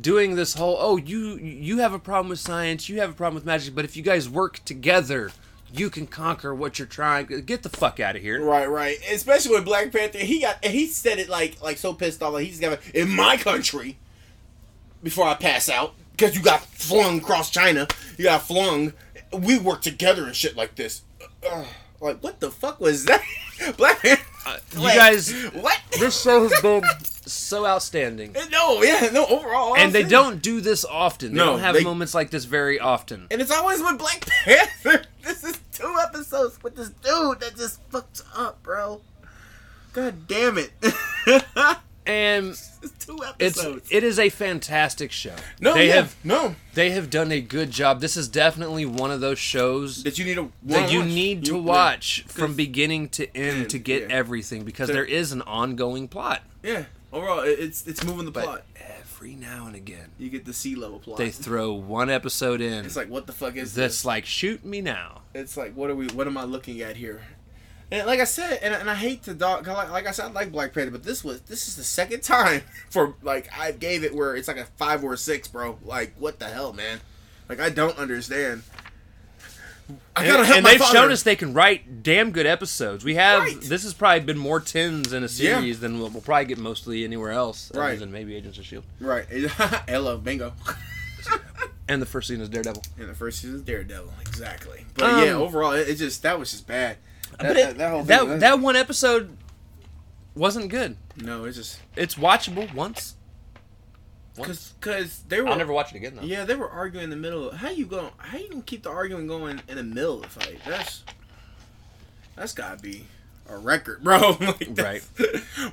A: doing this whole oh you you have a problem with science, you have a problem with magic, but if you guys work together, you can conquer what you're trying. Get the fuck out of here.
B: Right, right. Especially with Black Panther, he got and he said it like like so pissed off. Like he's got in my country before I pass out because you got flung across China. You got flung. We work together and shit like this. Ugh. like what the fuck was that? [LAUGHS] Black Panther.
A: Uh, You
B: like,
A: guys
B: what?
A: this show has been [LAUGHS] so outstanding.
B: [LAUGHS] no, yeah, no. Overall, I'm
A: and they
B: saying-
A: don't do this often. They
B: No,
A: don't have
B: they-
A: moments like this very often.
B: And it's always with Black Panther. [LAUGHS] This is two episodes with this dude that just fucked up, bro. God damn it. [LAUGHS] it's
A: And
B: two
A: it's
B: episodes.
A: it is a fantastic show.
B: no,
A: they
B: yeah,
A: have
B: no.
A: they have done a good job. This is definitely one of those shows
B: That you need to
A: that you need to watch from beginning to end to get
B: yeah.
A: everything because there is an ongoing plot.
B: Yeah. Overall, it- it's it's moving the
A: But
B: plot.
A: every now and again,
B: You get the sea level plot.
A: they throw one episode in
B: it's like what the fuck is this?
A: that's like shoot me now.
B: It's like what are we? What am I looking at here? And like I said, and, and I hate to dog. 'cause Like, like I said, I like Black Panther, but this was this is the second [LAUGHS] time for like I gave it where it's like a five or a six, bro. Like what the hell, man? Like I don't understand. I gotta
A: And,
B: help
A: and
B: my
A: they've
B: father.
A: shown us they can write damn good episodes. We have
B: Right.
A: this has probably been more tens in a
B: Yeah.
A: series than we'll, we'll probably get mostly anywhere else, other
B: Right.
A: than maybe Agents of Shield.
B: right. [LAUGHS] Hello, bingo. [LAUGHS]
A: And the first scene is Daredevil.
B: In the first season, of Daredevil, exactly. But yeah,
A: Um,
B: overall, it, it just that was just bad. That,
A: But it, that,
B: whole
A: that,
B: thing was-
A: one episode wasn't good.
B: no, it's just
A: It's watchable once. Once.
B: because because they were
A: I'll never watch it again though.
B: Yeah, they were arguing in the middle. How you going? How you gonna keep the arguing going in the middle of the fight? That's that's gotta be a record, bro. [LAUGHS] like that's-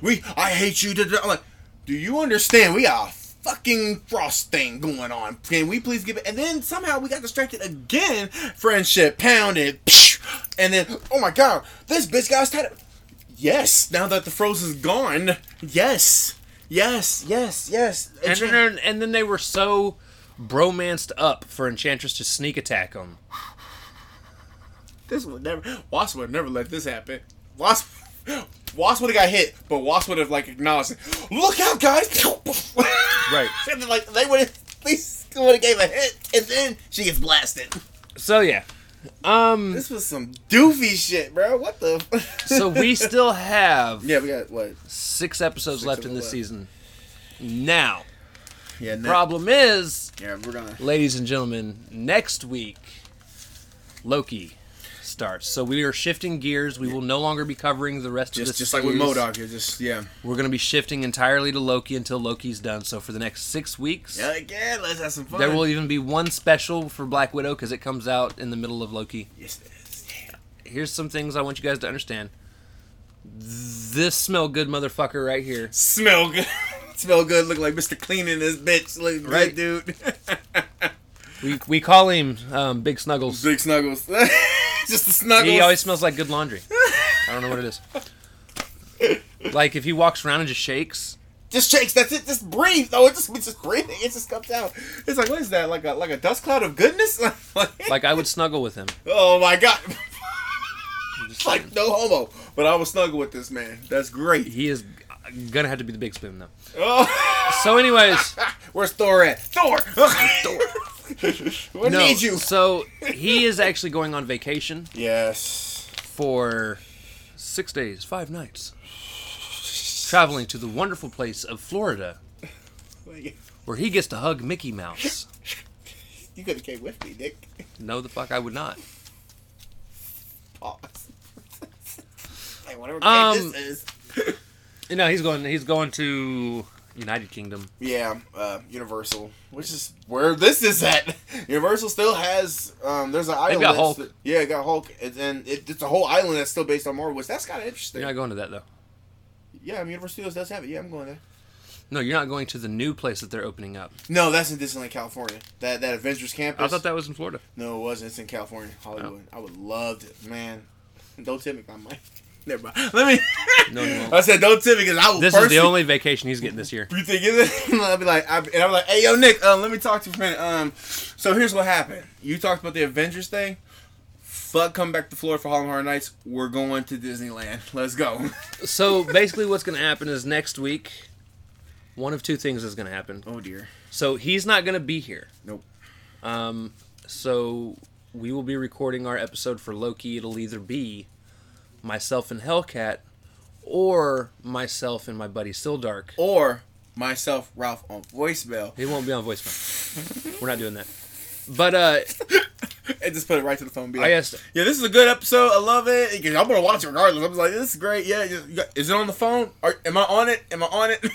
B: [LAUGHS] We, I hate you. da- da- I'm like, do you understand? We got a fucking frost thing going on. Can we please give it? And then somehow we got distracted again. Friendship pounded, [LAUGHS] and then oh my god, this bitch got us tied up. Yes, now that the froze is gone. Yes, yes, yes, yes.
A: And then, and then they were so bromanced up for Enchantress to sneak attack them
B: This would never. Wasp would never let this happen. Wasp. Wasp would have got hit, but Wasp would have like acknowledged, it. "Look out, guys!" [LAUGHS]
A: Right.
B: And then, like they would have at least would have gave a hit, and then she gets blasted.
A: So yeah. Um.
B: This was some doofy shit, bro. What the? [LAUGHS]
A: So we still have
B: yeah, we got what?
A: six episodes
B: Six
A: left
B: of
A: in this
B: left.
A: season. Now,
B: Yeah, ne-
A: problem is,
B: Yeah, we're gonna.
A: ladies and gentlemen, next week Loki starts. So we are shifting gears. We will no longer be covering the rest of
B: Just
A: this.
B: just like with
A: series.
B: Modoc, here, just yeah.
A: We're going to be shifting entirely to Loki until Loki's done. So for the next six weeks,
B: again, let's have some fun.
A: there will even be one special for Black Widow because it comes out in the middle of Loki.
B: Yes, it is. Yeah.
A: Here's some things I want you guys to understand. This smell good motherfucker right here.
B: Smell good. [LAUGHS] Smell good. Look like Mr. Clean in this bitch. Look
A: Right.
B: right, dude. [LAUGHS]
A: We, we call him um, Big Snuggles.
B: Big snuggles. [LAUGHS] just the snuggles.
A: He always smells like good laundry. I don't know what it is. Like if he walks around and just shakes,
B: [LAUGHS] just shakes. That's it. Just breathe. Oh, it's just, it's just breathing. It just comes out. It's like what is that? Like a like a dust cloud of goodness. [LAUGHS] like,
A: like I would snuggle with him.
B: oh my god. It's [LAUGHS] like no homo, but I will snuggle with this man. That's great. [LAUGHS]
A: He is gonna have to be the big spoon though.
B: Oh,
A: So,
B: [LAUGHS]
A: anyways,
B: where's Thor at? Thor. [LAUGHS] Thor. we
A: no.
B: need you.
A: So he is actually going on vacation
B: Yes. [LAUGHS]
A: for six days, five nights, traveling to the wonderful place of Florida, where he gets to hug Mickey Mouse.
B: You could have came with me, Nick. [LAUGHS]
A: No, the fuck, I would not.
B: Pause. [LAUGHS] like whatever game
A: Um,
B: this is.
A: [LAUGHS] No, he's going. He's going to United Kingdom.
B: Yeah, uh, Universal, which is where this is at. [LAUGHS] Universal still has um, there's an island.
A: got
B: that's-
A: Hulk.
B: yeah, it got Hulk, and, and it, it's a whole island that's still based on Marvel. Which that's kind of interesting.
A: You're
B: Yeah,
A: not going to that though.
B: I mean, Universal Studios does have it. Yeah, I'm going there.
A: No, you're not going to the new place that they're opening up.
B: No, that's in Disneyland, California. That that Avengers campus.
A: I thought that Oh. was in Florida.
B: No, it wasn't. It's in California, Hollywood. I would love it, man. [LAUGHS] Don't tip me, my mic. [LAUGHS] Never mind. Let [LAUGHS] me.
A: No, you won't.
B: I said don't tip me because I will.
A: This is the
B: personally-
A: only vacation he's getting this year.
B: You think is [LAUGHS] it? I'll be like, I, and I'm like, hey, yo, Nick, um, let me talk to you for a minute. Um, so here's what happened. You talked about the Avengers thing. Fuck, come back to Florida for Harlem Horror Nights. We're going to Disneyland. Let's go. [LAUGHS]
A: So basically, what's going to happen is next week, one of two things is going to happen.
B: Oh dear.
A: So he's not going to be here.
B: Nope.
A: Um, so we will be recording our episode for Loki. It'll either be myself and Hellcat, or myself and my buddy Sildark.
B: Or myself, Ralph, on voicemail,
A: He won't be on voicemail. We're not doing that. But uh,
B: and just put it right to the phone. and Be
A: I
B: like, [LAUGHS]
A: asked.
B: yeah, this is a good episode. I love it. Because I'm gonna watch it regardless. I'm like, this is great. Yeah, you- you got- is it on the phone? Are, am I on it? Am I on it? [LAUGHS] Can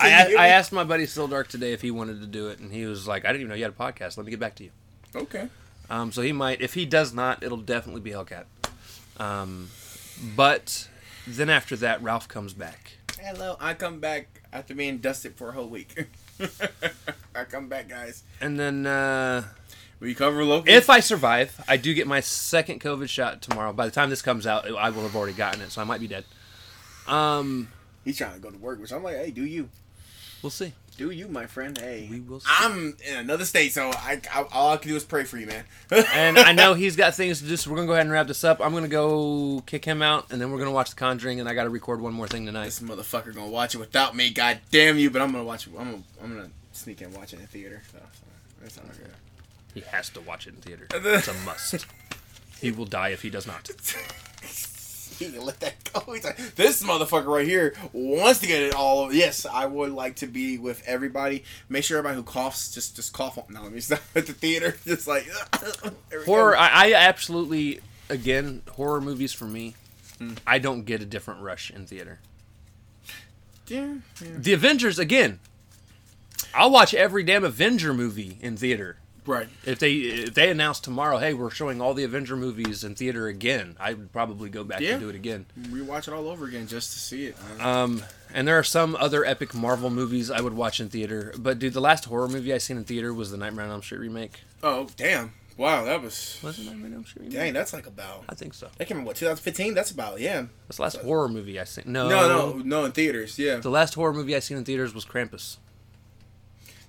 A: I,
B: you
A: a-
B: hear
A: I
B: me?
A: asked my buddy Sildark today if he wanted to do it, and he was like, "I didn't even know you had a podcast. Let me get back to you."
B: Okay.
A: Um, so he might. If he does not, it'll definitely be Hellcat. Um, but then after that, Ralph comes back.
B: Hello, I come back after being dusted for a whole week. [LAUGHS] I come back, guys.
A: And then uh,
B: We cover Loki.
A: if I survive, I do get my second COVID shot tomorrow. By the time this comes out, I will have already gotten it, so I might be dead. Um,
B: he's trying to go to work, which I'm like, hey, do you,
A: we'll see.
B: do you, my friend? Hey,
A: We will see.
B: I'm in another state, so I, I all I can do is pray for you, man. [LAUGHS]
A: And I know he's got things to do, so we're gonna go ahead and wrap this up. I'm gonna go kick him out, and then we're gonna watch The Conjuring, and I gotta record one more thing tonight.
B: this motherfucker gonna watch it without me. God damn you! But I'm gonna watch. it. I'm gonna, I'm gonna sneak in and watch it in the theater. So. That's not good.
A: He has to watch it in theater. It's a [LAUGHS] must. He will die if he does not.
B: [LAUGHS] He can let that go. He's like, this motherfucker right here wants to get it all. Yes, I would like to be with everybody. Make sure everybody who coughs just just cough on. No, let me stop at the theater. [LAUGHS] Just like every-
A: horror I, I absolutely again horror movies for me
B: Mm.
A: i don't get a different rush in theater
B: Yeah, yeah.
A: the avengers again i'll watch every damn avenger movie in theater
B: Right.
A: if they if they announce tomorrow hey we're showing all the avenger movies in theater again i would probably go back
B: Yeah.
A: and do it again
B: Rewatch it all over again just to see it. man.
A: um and there are some other epic marvel movies i would watch in theater but dude the last horror movie i seen in theater was the nightmare on elm street remake
B: oh damn! Wow, that was
A: was it nightmare on elm street remake?
B: dang. That's like about.
A: i think so
B: That came out what 2015. That's about yeah.
A: that's the last horror movie i seen no
B: No, no, no. In theaters, yeah.
A: the last horror movie i seen in theaters was krampus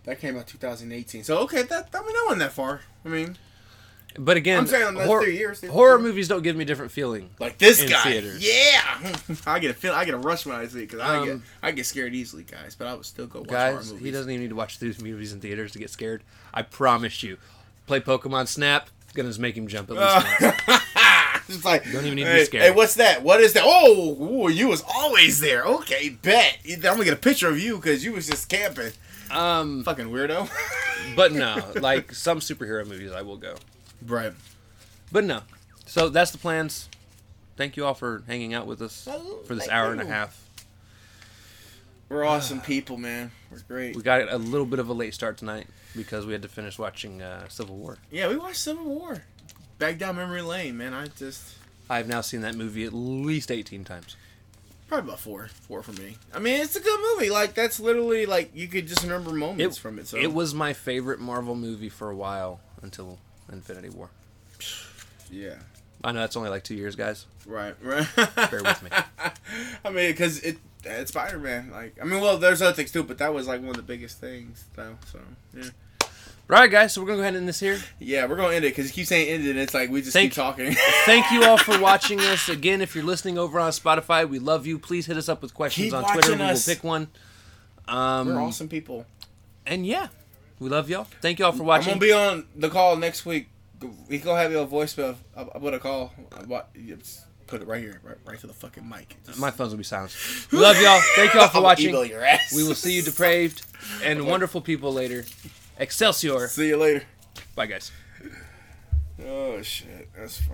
B: That came out 2018. So okay, that I mean, that wasn't that far. I mean,
A: But again,
B: I'm saying that's
A: hor-
B: three years.
A: horror movies don't give me different feeling.
B: Like this
A: in
B: guy.
A: theaters.
B: Yeah. [LAUGHS] I get a feel. I get a rush when I see it because I get
A: Um,
B: I get scared easily, guys. But I would still go watch horror
A: Guys,
B: movies.
A: he
B: [LAUGHS]
A: doesn't even need to watch these movies in theaters to get scared. I promise you. Play Pokemon Snap, it's gonna just make him jump at least
B: [LAUGHS]
A: once.
B: It's like
A: Don't even need to be
B: hey,
A: scared.
B: Hey, what's that? What is that? Oh, ooh, you was always there. Okay, bet. I'm gonna get a picture of you because you was just camping.
A: Um,
B: Fucking weirdo. [LAUGHS]
A: but no, like some superhero movies, I will go.
B: right.
A: But no, so that's the plans. Thank you all for hanging out with us for this hour and a half.
B: We're awesome people, man. We're great.
A: We got a little bit of a late start tonight because we had to finish watching uh, Civil War.
B: yeah, we watched Civil War. Back down memory lane, man. I just
A: I've now seen that movie at least 18 times.
B: probably about four, four for me. I mean, it's a good movie. Like that's literally like you could just remember moments from it. So
A: It was my favorite Marvel movie for a while until Infinity War.
B: yeah.
A: I know that's only like two years, guys.
B: Right, [LAUGHS] right.
A: Bear with
B: [LAUGHS]
A: me.
B: I mean, because it it's Spider Man. Like, I mean, well, there's other things too, but that was like one of the biggest things. Though, so yeah.
A: All right, guys, so we're going to go ahead and end this here.
B: Yeah, we're gonna end it because you keep saying end it. And it's like we just
A: Thank-
B: keep talking. [LAUGHS]
A: Thank you all for watching us. Again, if you're listening over on Spotify, we love you. Please hit us up with questions
B: Keep
A: on Twitter.
B: watching
A: We will
B: us.
A: pick one. Um,
B: we're awesome people.
A: And yeah, we love y'all. Thank y'all for
B: I'm
A: watching.
B: gonna be on the call next week. He gonna have your voicemail. I I put a call. I bought- you just put it right here, right, right to the fucking mic. Just-
A: My phone's gonna be silenced. We love y'all. Thank y'all
B: [LAUGHS]
A: for
B: I'll
A: watching.
B: email your ass.
A: We will see you depraved and wonderful people later. Excelsior.
B: [LAUGHS] See you later.
A: Bye, guys.
B: Oh shit, that's funny.